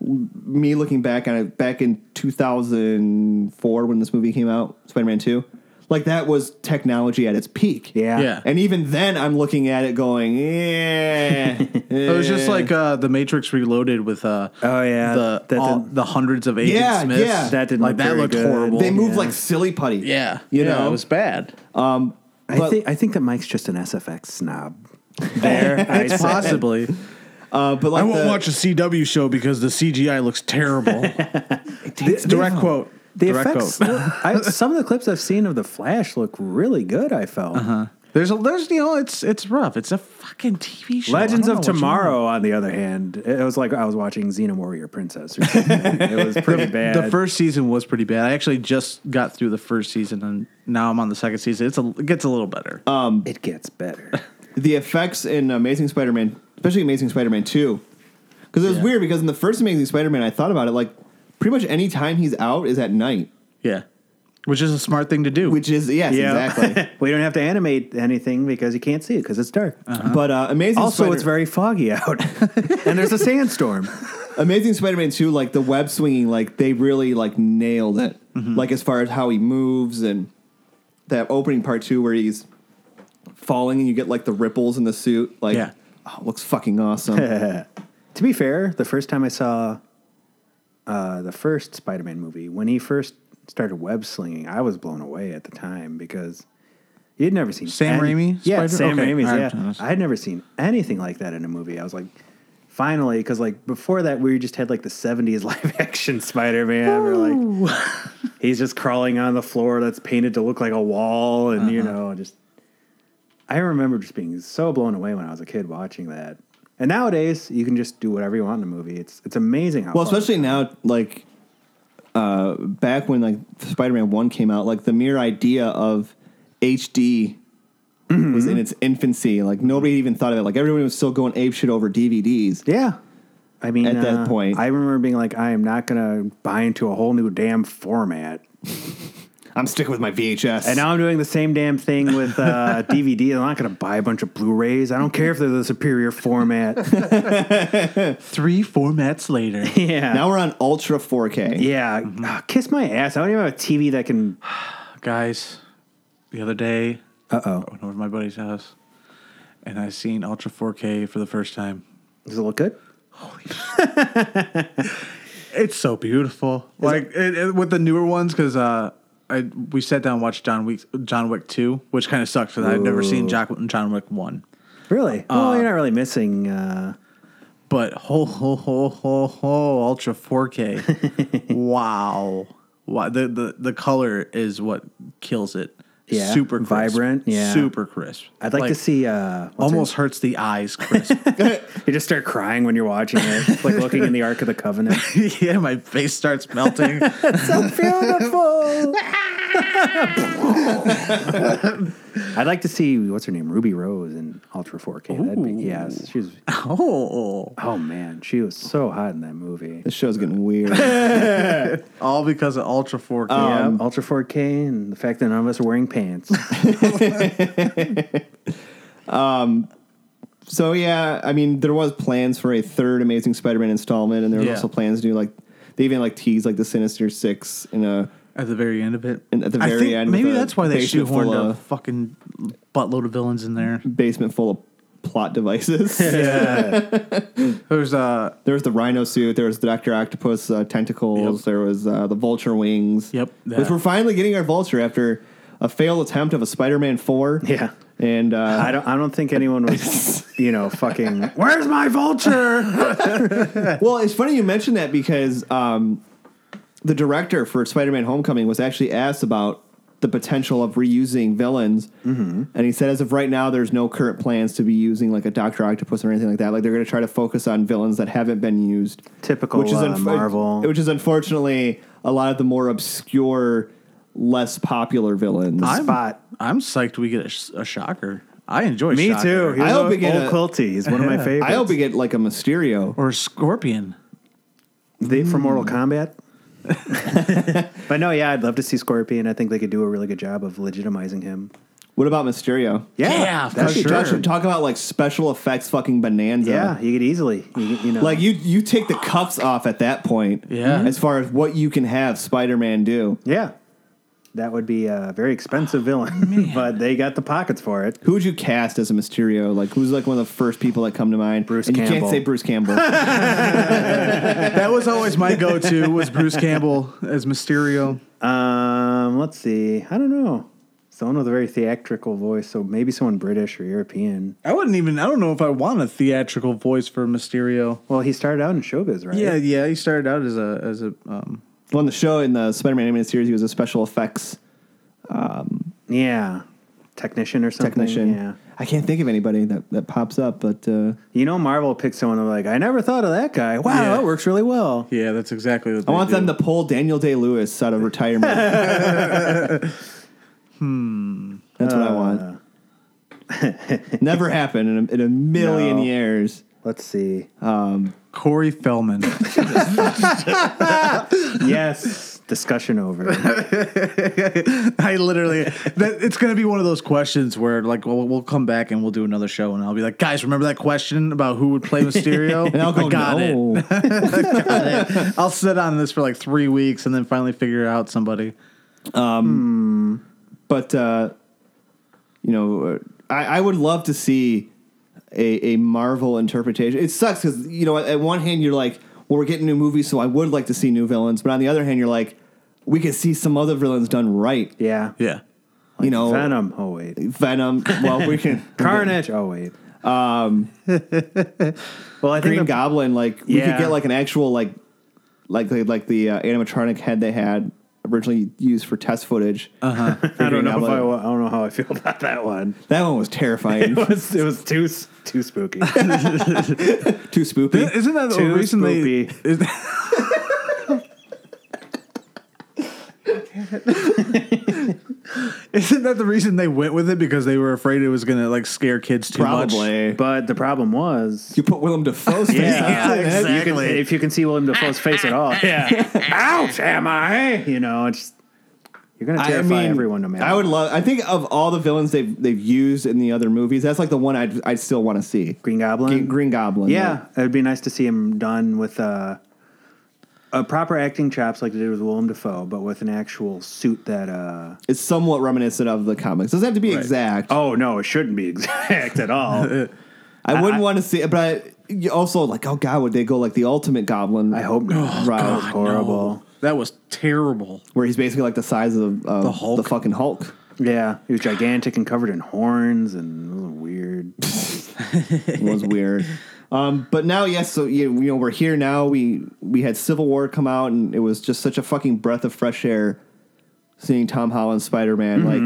S1: me looking back on it, back in 2004 when this movie came out, Spider-Man 2, like that was technology at its peak.
S2: Yeah.
S3: Yeah.
S1: And even then, I'm looking at it going, yeah.
S3: It was just like uh, the Matrix Reloaded with uh,
S2: Oh, yeah.
S3: the
S2: That
S3: all,
S2: didn't-
S3: the hundreds of Agent
S1: Yeah,
S3: Smiths.
S1: yeah.
S2: That didn't
S3: like
S2: look
S3: that
S2: very
S3: looked
S2: good.
S3: horrible.
S1: they moved
S2: Yeah.
S1: like silly putty.
S3: yeah,
S1: You
S3: Yeah,
S1: know?
S3: it was bad.
S2: I
S1: But-
S2: think I think that Mike's just an SFX snob. There, I said it.
S3: Possibly.
S1: Uh, but like the-
S3: a CW show because the CGI looks terrible. Direct quote.
S2: The
S3: Direct
S2: effects.
S3: quote.
S2: look- I, some of the clips I've seen of the Flash look really good. I felt
S3: There's a there's you know it's it's rough. It's a fucking TV show.
S2: Legends
S3: I don't
S2: of
S3: know what you want.
S2: Tomorrow. On the other hand, it was like I was watching Xena Warrior Princess. Or something. it was pretty bad.
S3: The first season was pretty bad. I actually just got through the first season and now I'm on the second season. It's a it gets a little better.
S2: it gets better.
S1: the effects in Amazing Spider-Man, especially Amazing Spider-Man 2. Because it was
S3: Yeah.
S1: weird because in the first Amazing Spider-Man, I thought about it like pretty much any time he's out is at night,
S3: yeah. Which is a smart thing to do.
S1: which is yes, exactly.
S2: we don't have to animate anything because you can't see it because it's dark.
S1: But uh, Amazing
S2: Also,
S1: Spider-
S2: it's very foggy out, and there's a sandstorm.
S1: Amazing Spider-Man 2 like the web swinging like they really like nailed it. Like as far as how he moves and that opening part 2 where he's falling and you get like the ripples in the suit like
S3: Yeah.
S1: oh, looks fucking awesome.
S2: To be fair, the first time I saw uh, the first Spider-Man movie, when he first started web slinging, I was blown away at the time because you'd never seen
S3: Sam Raimi
S2: Yeah,
S3: Spider-
S2: Sam
S3: okay,
S2: Raimi's.
S3: all right,
S2: Yeah,
S3: that's-
S2: I had never seen anything like that in a movie. I was like, finally, because like before that, we just had like the '70s live-action Spider-Man, where like he's just crawling on the floor that's painted to look like a wall, and
S1: Uh-huh.
S2: you know, just I remember just being so blown away when I was a kid watching that. And nowadays, you can just do whatever you want in a movie. It's it's amazing how
S1: well,
S2: fun-
S1: especially now like uh back when like Spider-Man 1 came out like the mere idea of HD was in its infancy. Like nobody even thought of it. Like everyone was still going ape shit over DVDs.
S2: yeah. I mean,
S1: At that
S2: uh,
S1: point.
S2: I remember being like, I am not going to buy into a whole new damn format.
S1: I'm sticking with my VHS.
S2: And now I'm doing the same damn thing with uh, DVD. I'm not going to buy a bunch of Blu-rays. I don't care if they're the superior format.
S3: Three formats later.
S2: yeah.
S1: now we're on ultra 4K.
S2: yeah. Ah,
S1: Mm-hmm.
S2: kiss my ass. I don't even have a TV that can.
S3: Guys, the other day
S2: Uh oh.
S3: I went over to my buddy's house and I seen Ultra 4K for the first time.
S2: Does it look good?
S3: It's so beautiful. like it, it- with the newer ones, because uh, I we sat down and watched John Wick John Wick two, which kind of sucks because I've never seen John, John Wick one.
S2: Really? well, you're not really missing. Uh,
S3: But ho ho ho ho ho Ultra 4K. wow. Wow. The, the the color is what kills it.
S2: Yeah,
S3: Super crisp.
S2: vibrant, yeah.
S3: Super crisp.
S2: I'd like, to see. Uh, what's her-
S3: Almost hurts the eyes, crisp.
S2: You just start crying when you're watching it, like looking in the Ark of the Covenant.
S3: yeah, my face starts melting.
S2: Beautiful. I'd like to see what's her name, Ruby Rose in Ultra 4K. That'd be yes. She was.
S3: oh,
S2: Oh man, she was so hot in that movie.
S1: This show's getting weird.
S3: all because of Ultra 4K.
S2: yeah, Um, Ultra 4K and the fact that none of us are wearing pants.
S1: so yeah, I mean, there was plans for a third Amazing Spider-Man installment, and there were
S3: Yeah.
S1: also plans to do like they even like tease like the Sinister Six in a
S3: At the very end of it.
S1: And at the very
S3: I think
S1: end
S3: Maybe
S1: with a
S3: that's why they
S1: basement full
S3: shoehorned a
S1: of-
S3: fucking buttload of villains in there.
S1: basement full of plot devices.
S3: There's uh
S1: there was the Rhino suit, there was the Doctor Octopus uh, tentacles,
S3: Yep.
S1: there was uh, the Vulture wings.
S3: Yep,
S1: which
S3: that.
S1: we're finally getting our Vulture after a failed attempt of a Spider-Man Four.
S2: Yeah.
S1: and uh,
S2: I don't. I don't think anyone was, you know, fucking. Where's my vulture?
S1: Well, it's funny you mentioned that because um, the director for Spider-Man: Homecoming was actually asked about the potential of reusing villains,
S3: Mm-hmm.
S1: and he said, as of right now, there's no current plans to be using like a Doctor Octopus or anything like that. Like they're going to try to focus on villains that haven't been used.
S2: Typical, uh, Marvel.
S1: which is unfortunately a lot of the more obscure, less popular villains.
S3: I'm-
S2: Spot.
S3: I'm psyched we get a, sh- a shocker. I enjoy
S2: Me too.
S3: Shocker.
S2: He's
S1: I hope
S2: old,
S1: we get
S2: old
S1: a-
S2: Quilty. He's one of my favorites.
S1: I hope we Hmm. get like a Mysterio.
S3: Or Scorpion.
S2: They for Mortal Kombat. but no, yeah, I'd love to see Scorpion. I think they could do a really good job of legitimizing him.
S1: What about Mysterio?
S3: Yeah, for
S1: That should-
S3: sure.
S1: that should talk about like special effects fucking bonanza.
S2: Yeah, you could easily, you, you know,
S1: Like you, you take the cuffs off at that point.
S3: Yeah.
S1: As far as what you can have Spider-Man do,
S2: yeah, that would be a very expensive
S1: Ah,
S2: villain, but they got the pockets for it.
S1: who would you cast as a Mysterio? Like who's like one of the first people that come to mind?
S2: Bruce
S1: and You
S2: Campbell.
S1: can't say Bruce Campbell.
S3: that was always my go-to was Bruce Campbell as Mysterio.
S2: Um, let's see. I don't know. Someone with a very theatrical voice, so maybe someone British or European.
S3: I wouldn't even. I don't know if I want a theatrical voice for Mysterio.
S2: Well, he started out in showbiz, right?
S3: Yeah, yeah. He started out as a as a um,
S1: on the show in the Spider-Man animated series, he was a special effects
S2: yeah, technician or something.
S1: technician.
S2: Yeah.
S1: I can't think of anybody that, that pops up, but uh,
S2: You know, Marvel picked someone and like, I never thought of that guy. Wow,
S3: Yeah.
S2: that works really well.
S3: yeah. That's exactly what
S1: I want
S3: they
S1: them
S3: do.
S1: to pull Daniel Day Lewis out of retirement. hmm.
S3: Hmm.
S1: That's what I
S3: Uh.
S1: want. Never happened in a, in a million
S2: No.
S1: years.
S2: Let's see.
S3: Corey Feldman.
S2: yes, discussion over.
S3: I literally. That, it's gonna be one of those questions where like we'll, we'll come back and we'll do another show and I'll be like, guys, remember that question about who would play Mysterio?
S1: And I'll
S3: I
S1: go,
S3: got it.
S1: no.
S3: I'll sit on this for like three weeks and then finally figure out somebody.
S1: But, uh, you know, I, I would love to see a, a Marvel interpretation. It sucks because, you know, at one hand, you're like, well, we're getting new movies, so I would like to see new villains. But on the other hand, you're like, we could see some other villains done right.
S2: Yeah.
S3: Yeah.
S1: you know,
S2: Venom. Oh, wait.
S1: Venom. Well, we can.
S2: Carnage. Oh, wait. Um, well, I think
S1: Green
S2: the-
S1: Goblin, like we
S2: Yeah.
S1: could get like an actual like, like like, like the uh, animatronic head they had originally used for test footage. Uh huh.
S2: Uh-huh. I don't know if I, wa- I don't know how I feel about that one.
S1: that one was terrifying,
S2: It was it was too s- too spooky.
S1: too spoopy.
S3: Isn't that the
S2: Too
S3: reason they?
S2: spoopy.
S3: Is, isn't that the reason they went with it because they were afraid it was gonna like scare kids too much?
S1: Probably.
S2: but the problem was,
S1: You put Willem Dafoe's face
S2: Yeah,
S1: on it.
S3: exactly.
S2: you can, if you can see William Defoe's face at all, yeah. Ouch, am I? You know, it's you're gonna
S1: I
S2: terrify
S1: mean,
S2: everyone no matter.
S1: I would love. I think of all the villains they've they've used in the other movies, that's like the one I'd I'd still want to see.
S2: Green Goblin.
S1: Green, Green Goblin.
S2: Yeah, it'd be nice to see him done with uh, a proper acting chops like they did with Willem Dafoe, but with an actual suit that. Uh,
S1: it's somewhat reminiscent of the comics. Doesn't have to be exact.
S2: oh no, it shouldn't be exact at all. Oh,
S1: I wouldn't want to see, but you also like, oh god, would they go like the ultimate goblin?
S2: I hope not.
S1: route,
S2: God, horrible.
S3: That was terrible.
S1: where he's basically like the size of uh, the,
S3: Hulk?
S1: fucking Hulk.
S2: Yeah, he was gigantic and covered in horns and it was weird.
S1: It was weird. Um, but now, yes, so you, you know we're here now. We we had Civil War come out, and it was just such a fucking breath of fresh air seeing Tom Holland Spider Man. Like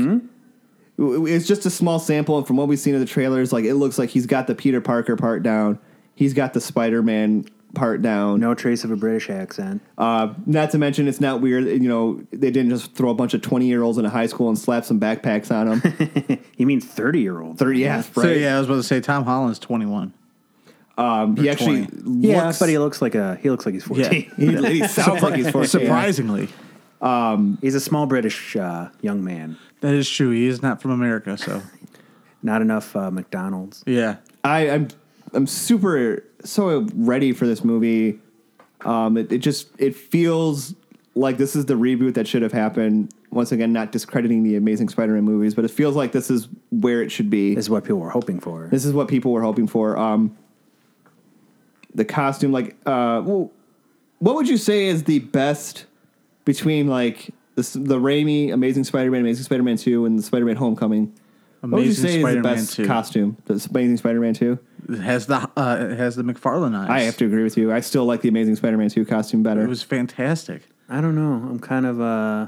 S1: w- w- it's just a small sample, and from what we've seen in the trailers, like it looks like he's got the Peter Parker part down. He's got the Spider Man part down.
S2: No trace of a British accent.
S1: Uh, not to mention, it's not weird. You know, they didn't just throw a bunch of twenty-year-olds in a high school and slap some backpacks on them.
S2: You mean thirty year old?
S1: Thirty, yeah, right.
S3: So yeah, I was about to say Tom Holland's twenty one.
S1: Um, he actually
S3: 20.
S1: looks.
S2: Yeah, but he looks like a he looks like he's fourteen.
S1: he, he sounds like he's 14.
S3: Surprisingly,
S2: He's a small British uh, young man.
S3: that is true. He is not from America, so
S2: Not enough uh, McDonald's.
S3: yeah.
S1: I, I'm I'm super so ready for this movie. Um, it, it just it feels like this is the reboot that should have happened. Once again, not discrediting the Amazing Spider-Man movies, but it feels like this is where it should be.
S2: Is what people were hoping for.
S1: This is what people were hoping for. Um, the costume, like, uh, well, what would you say is the best between like the, s- the Raimi Amazing Spider-Man, Amazing Spider-Man Two, and the Spider-Man Homecoming? what would you
S3: Amazing
S1: say
S3: Spider-Man
S1: is the best
S3: 2.
S1: costume? The s- Amazing Spider-Man Two.
S3: It has the uh, it has the McFarlane eyes.
S1: I have to agree with you. I still like the Amazing Spider-Man Two costume better.
S3: It was fantastic.
S2: I don't know. I'm kind of uh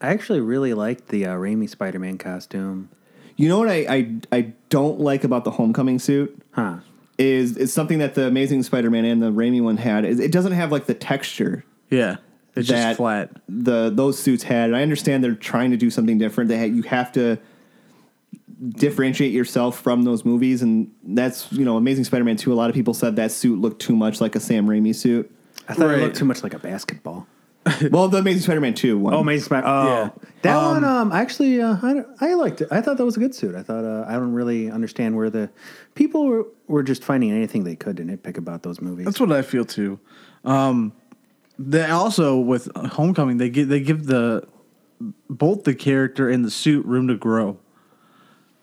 S2: I actually really liked the uh, Raimi Spider Man costume.
S1: you know what I, I I don't like about the Homecoming suit
S2: Huh.
S1: is is something that the Amazing Spider-Man and the Raimi one had. Is it doesn't have like the texture
S3: Yeah, it's
S1: that
S3: just flat.
S1: the those suits had. And I understand they're trying to do something different. They had, you have to differentiate yourself from those movies, and that's you know Amazing Spider-Man two. A lot of people said that suit looked too much like a Sam Raimi suit.
S2: I thought
S3: Right.
S2: it looked too much like a basketball.
S1: well, the Amazing Spider-Man two one.
S2: Oh, Amazing Spider. Oh,
S3: Yeah.
S2: that
S3: Um,
S2: one. Um, actually, uh, I, don't- I liked it. I thought that was a good suit. I thought uh, I don't really understand where the people were, were just finding anything they could to nitpick about those movies.
S3: That's what I feel too. Um, they also with Homecoming, they give they give the both the character and the suit room to grow.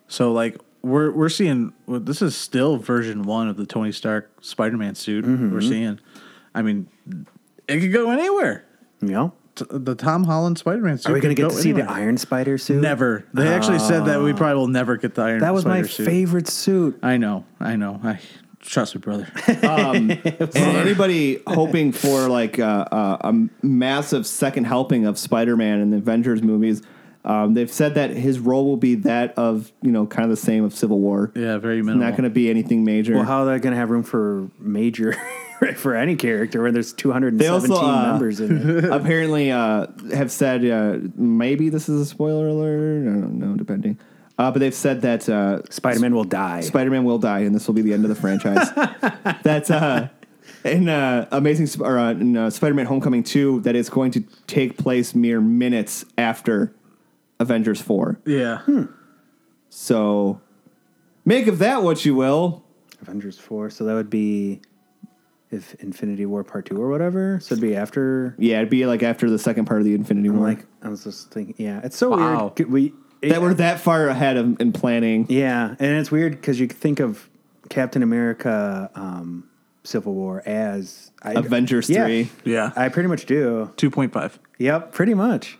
S3: So like we're we're seeing well, this is still version one of the Tony Stark Spider Man suit
S2: Mm-hmm.
S3: we're seeing. I mean, it could go anywhere.
S2: you know,
S3: T- the Tom Holland Spider Man suit.
S2: are we going
S3: could
S2: to get
S3: go
S2: to see the
S3: anywhere.
S2: Iron Spider suit?
S3: Never. They actually said that
S1: Ah.
S3: we probably will never get the Iron.
S2: That was my
S3: Spider suit.
S2: favorite suit.
S3: I know. I know. I trust me, brother.
S1: And anybody hoping for like a, a, a massive second helping of Spider-Man in the Avengers movies, um, they've said that his role will be that of you know kind of the same of Civil War.
S3: yeah, very
S1: It's
S3: minimal.
S1: not going to be anything major.
S2: Well, how are they going to have room for major for any character when there's 217
S1: also, uh,
S2: members in it?
S1: apparently uh, have said uh, maybe this is a spoiler alert. I don't know, depending. Uh, but they've said that uh,
S2: Spider-Man will die.
S1: Spider-Man will die, and this will be the end of the franchise. That's uh, in uh, Amazing Sp- or uh, in, uh, Spider-Man: Homecoming two that is going to take place mere minutes after Avengers four.
S3: Yeah.
S1: Hmm. So make of that what you will.
S2: Avengers 4, so that would be if Infinity War Part 2 or whatever. So it'd be after
S1: Yeah, it'd be like after the second part of the Infinity War.
S2: like I was just thinking, yeah, it's so
S3: Wow.
S2: weird. Could We
S1: that we're that far ahead of, in planning.
S2: yeah, and it's weird because you think of Captain America, um, Civil War as I,
S1: Avengers
S2: Yeah.
S1: 3.
S3: Yeah.
S2: I pretty much do.
S3: 2.5.
S2: Yep, pretty much.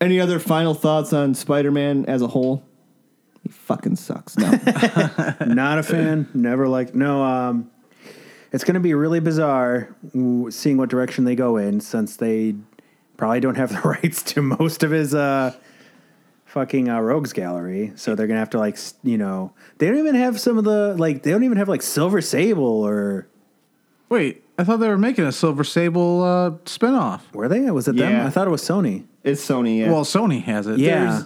S1: Any other final thoughts on Spider-Man as a whole? He fucking sucks. No.
S2: Not a fan. Never liked. No. Um, it's going to be really bizarre w- seeing what direction they go in, since they probably don't have the rights to most of his uh, fucking uh, rogues gallery. So they're going to have to like s- you know they don't even have some of the like they don't even have like Silver Sable or
S3: Wait, I thought they were making a Silver Sable uh, spinoff.
S2: were they? Was it them?
S1: Yeah.
S2: I thought it was Sony.
S1: it's Sony. Yeah.
S3: Well, Sony has it.
S2: Yeah.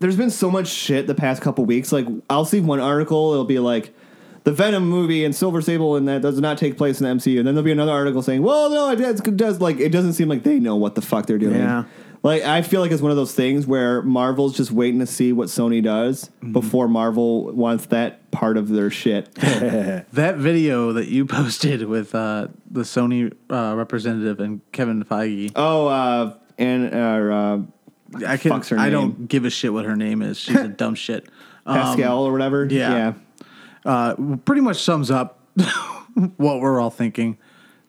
S1: there's been so much shit the past couple weeks. Like I'll see one article, it'll be like the Venom movie and Silver Sable, and that does not take place in the MCU. And then there'll be another article saying, "Well, no, it does, it does." Like it doesn't seem like they know what the fuck they're doing.
S2: Yeah.
S1: Like I feel like it's one of those things where Marvel's just waiting to see what Sony does
S3: Mm-hmm.
S1: before Marvel wants that part of their shit.
S3: That video that you posted with uh, the Sony uh, representative and Kevin Feige.
S1: oh, uh, and uh,
S3: Um, I can
S1: fuck's her
S3: I
S1: name?
S3: don't give a shit what her name is. She's a dumb shit.
S1: uh, Pascal or whatever.
S3: yeah. Uh, pretty much sums up what we're all thinking.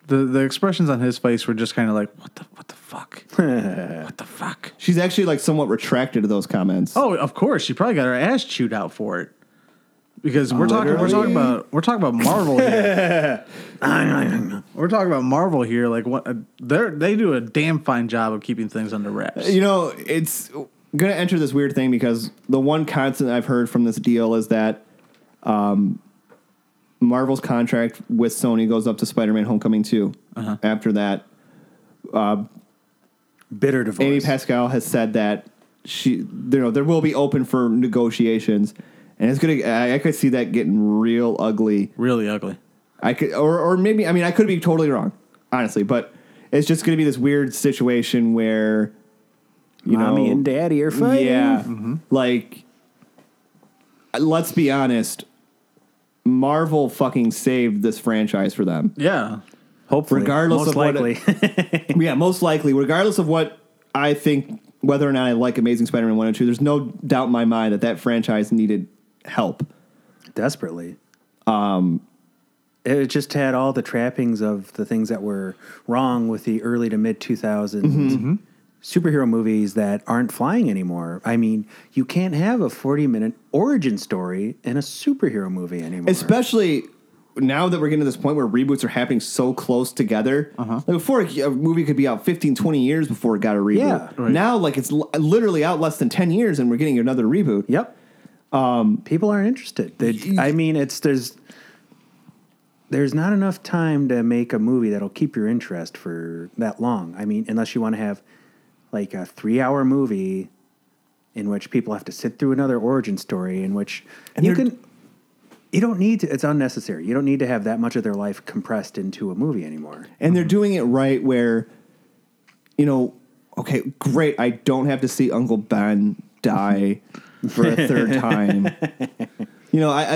S3: The the expressions on his face were just kind of like what the what the fuck? what the fuck?
S1: She's actually like somewhat retracted to those comments.
S3: Oh, of course. She probably got her ass chewed out for it. Because we're talking we're talking
S1: Oh, Literally.
S3: about we're talking about Marvel here. we're talking about Marvel here. Like what they they do a damn fine job of keeping things under wraps.
S1: You know, it's going to enter this weird thing because the one constant I've heard from this deal is that um, Marvel's contract with Sony goes up to Spider Man Homecoming 2.
S2: Uh-huh.
S1: After that, Uh,
S2: Bitter
S1: Amy
S2: divorce.
S1: Pascal has said that she, you know, there will be open for negotiations. And it's gonna. I, I could see that getting real ugly.
S3: Really ugly.
S1: I could, or, or maybe. I mean, I could be totally wrong, honestly. But it's just gonna be this weird situation where, you
S2: Mommy
S1: know,
S2: and Daddy are fighting.
S1: Yeah. Like, let's be honest. Marvel fucking saved this franchise for them.
S3: Yeah.
S2: Hopefully,
S1: Regardless
S2: most
S1: of what
S2: likely.
S1: yeah, most likely, regardless of what I think, whether or not I like Amazing Spider Man 1 and 2, there's no doubt in my mind that that franchise needed help.
S2: desperately. Um, it just had all the trappings of the things that were wrong with the early to mid 2000s superhero movies that aren't flying anymore. I mean, you can't have a 40 minute origin story in a superhero movie anymore.
S1: Especially now that we're getting to this point where reboots are happening so close together. Like before, a movie could be out 15, 20 years before it got a reboot.
S2: Yeah.
S3: Right.
S1: Now, like, it's li- literally out less than 10 years and we're getting another reboot.
S2: Yep. Um, People aren't interested. They, I mean, it's there's there's not enough time to make a movie that'll keep your interest for that long. I mean, unless you want to have like a three hour movie in which people have to sit through another origin story in which you
S1: they're-
S2: can you don't need to. It's unnecessary. You don't need to have that much of their life compressed into a movie anymore.
S1: And they're doing it right where, you know, okay, great. I don't have to see Uncle Ben die for a third time. You know, I, I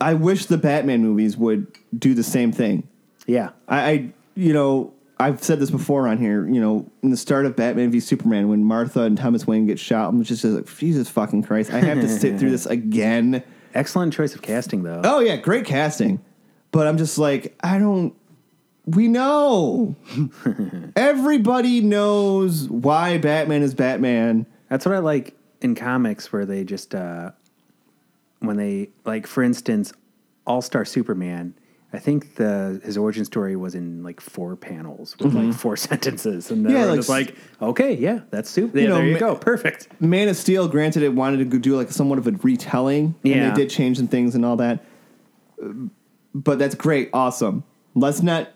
S1: I- I wish the Batman movies would do the same thing.
S2: Yeah,
S1: I, I you know I've said this before on here. You know, in the start of Batman v Superman, when Martha and Thomas Wayne get shot, I'm just like, Jesus fucking Christ! I have to sit through this again.
S2: excellent choice of casting though.
S1: Oh yeah, great casting, but I'm just like, I don't. We know. Everybody knows why Batman is Batman.
S2: That's what I like in comics where they just uh when they like for instance All-Star Superman, I think the his origin story was in like four panels with like four sentences and then
S1: Yeah,
S2: yeah,
S1: like
S2: like, like okay, yeah, that's super. Yeah,
S1: know,
S2: there you
S1: ma-
S2: go. Perfect.
S1: Man of Steel, granted, it wanted to go- do like somewhat of a retelling, and
S2: Yeah.
S1: they did change some things and all that. Uh, But that's great, awesome. Let's not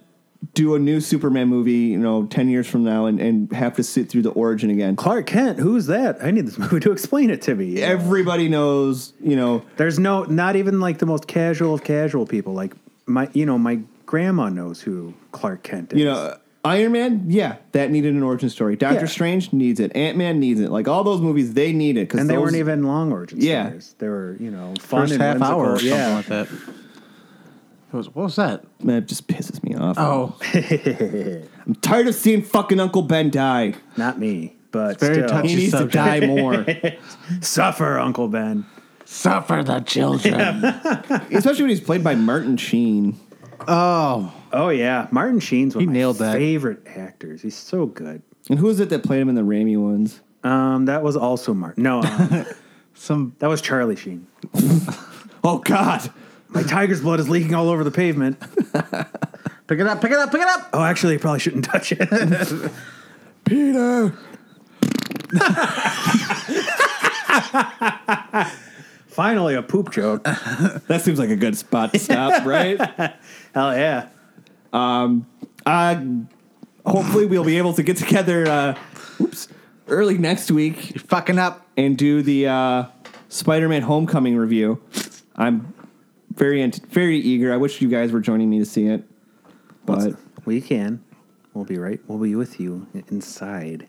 S1: do a new Superman movie, you know, ten years from now, and, and have to sit through the origin again.
S2: Clark Kent, who's that? I need this movie to explain it to me.
S1: Everybody knows, you know,
S2: There's no not even like the most casual of casual people like my you know my grandma knows who Clark Kent is.
S1: you know, uh, Iron Man. Yeah, that needed an origin story. Doctor
S2: Yeah.
S1: Strange needs it. Ant Man needs it. Like all those movies, they need it because
S2: and they weren't even long origin
S1: Yeah.
S2: stories. They were, you know, fun
S3: First
S2: and
S3: half
S2: whimsical.
S3: hour or
S2: yeah.
S3: something like that. It was- what was that?
S1: That just pisses me off.
S3: Oh,
S1: I'm tired of seeing fucking Uncle Ben die.
S2: Not me, but
S3: very
S2: still.
S3: touchy.
S1: He needs to
S3: subject.
S1: die more.
S2: Suffer, Uncle Ben.
S3: suffer the children.
S1: Especially when he's played by Martin Sheen.
S3: Oh,
S2: Oh yeah, Martin Sheen's one
S3: He
S2: of my
S3: nailed that.
S2: favorite actors. He's so good.
S1: And who is it that played him in the Raimi ones?
S2: Um, that was also Martin. No, um,
S3: some
S2: that was Charlie Sheen.
S1: Oh God!
S2: My tiger's blood is leaking all over the pavement.
S3: pick it up, pick it up, pick it up.
S2: Oh, actually, you probably shouldn't touch it.
S1: Peter.
S2: Finally, a poop joke.
S1: That seems like a good spot to stop, right?
S2: Hell yeah.
S1: Uh, hopefully, we'll be able to get together. Uh, oops, early next week
S3: You're fucking up.
S1: and do the uh, Spider-Man Homecoming review. I'm very ant- very eager. I wish you guys were joining me to see it, but
S2: We can. We'll be right. We'll be with you inside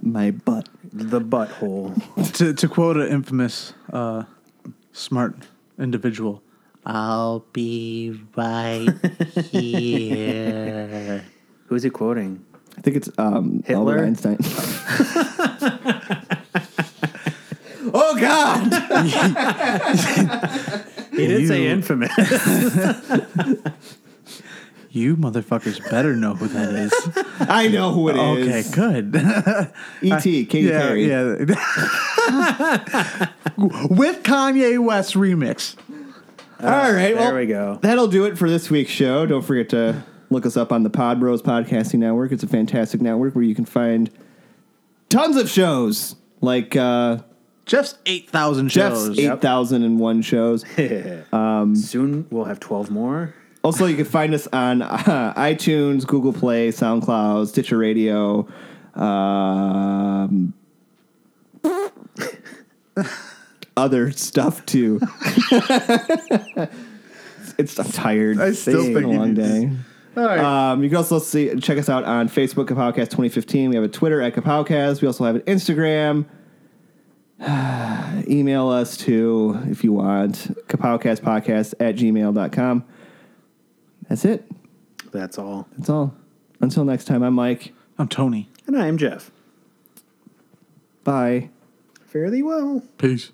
S1: my butt.
S2: the butthole.
S3: To to quote an infamous uh, smart individual, I'll be right here.
S2: Who is he quoting?
S1: I think it's um,
S2: Hitler?
S1: Albert Einstein. oh God!
S2: He did say infamous.
S3: You motherfuckers better know who that is.
S1: I know who it
S3: okay,
S1: is.
S3: good.
S1: E.T. Katy
S3: yeah,
S1: Perry.
S3: yeah. With Kanye West remix.
S1: All right.
S2: there
S1: well,
S2: we go.
S1: That'll do it for this week's show. Don't forget to look us up on the Pod Bros Podcasting Network. It's a fantastic network where you can find tons of shows like uh,
S3: Jeff's eight thousand
S1: Jeff's
S3: shows.
S1: eight thousand and one shows.
S3: Um,
S2: Soon we'll have 12 more.
S1: also, you can find us on uh, iTunes, Google Play, SoundCloud, Stitcher Radio. Um, other stuff too. it's I'm tired.
S3: I still
S1: It's been
S3: think
S1: a
S3: you
S1: long
S3: need to-
S1: day.
S3: All right.
S1: Um, you can also see check us out on Facebook, Kapowcast 2015. We have a Twitter at Kapowcast. We also have an Instagram. Email us too if you want. Kapowcastpodcast at gmail.com. That's it.
S2: That's all.
S1: That's all. Until next time, I'm Mike.
S3: I'm Tony.
S2: And I am Jeff.
S1: Bye.
S2: Fare thee well.
S3: Peace.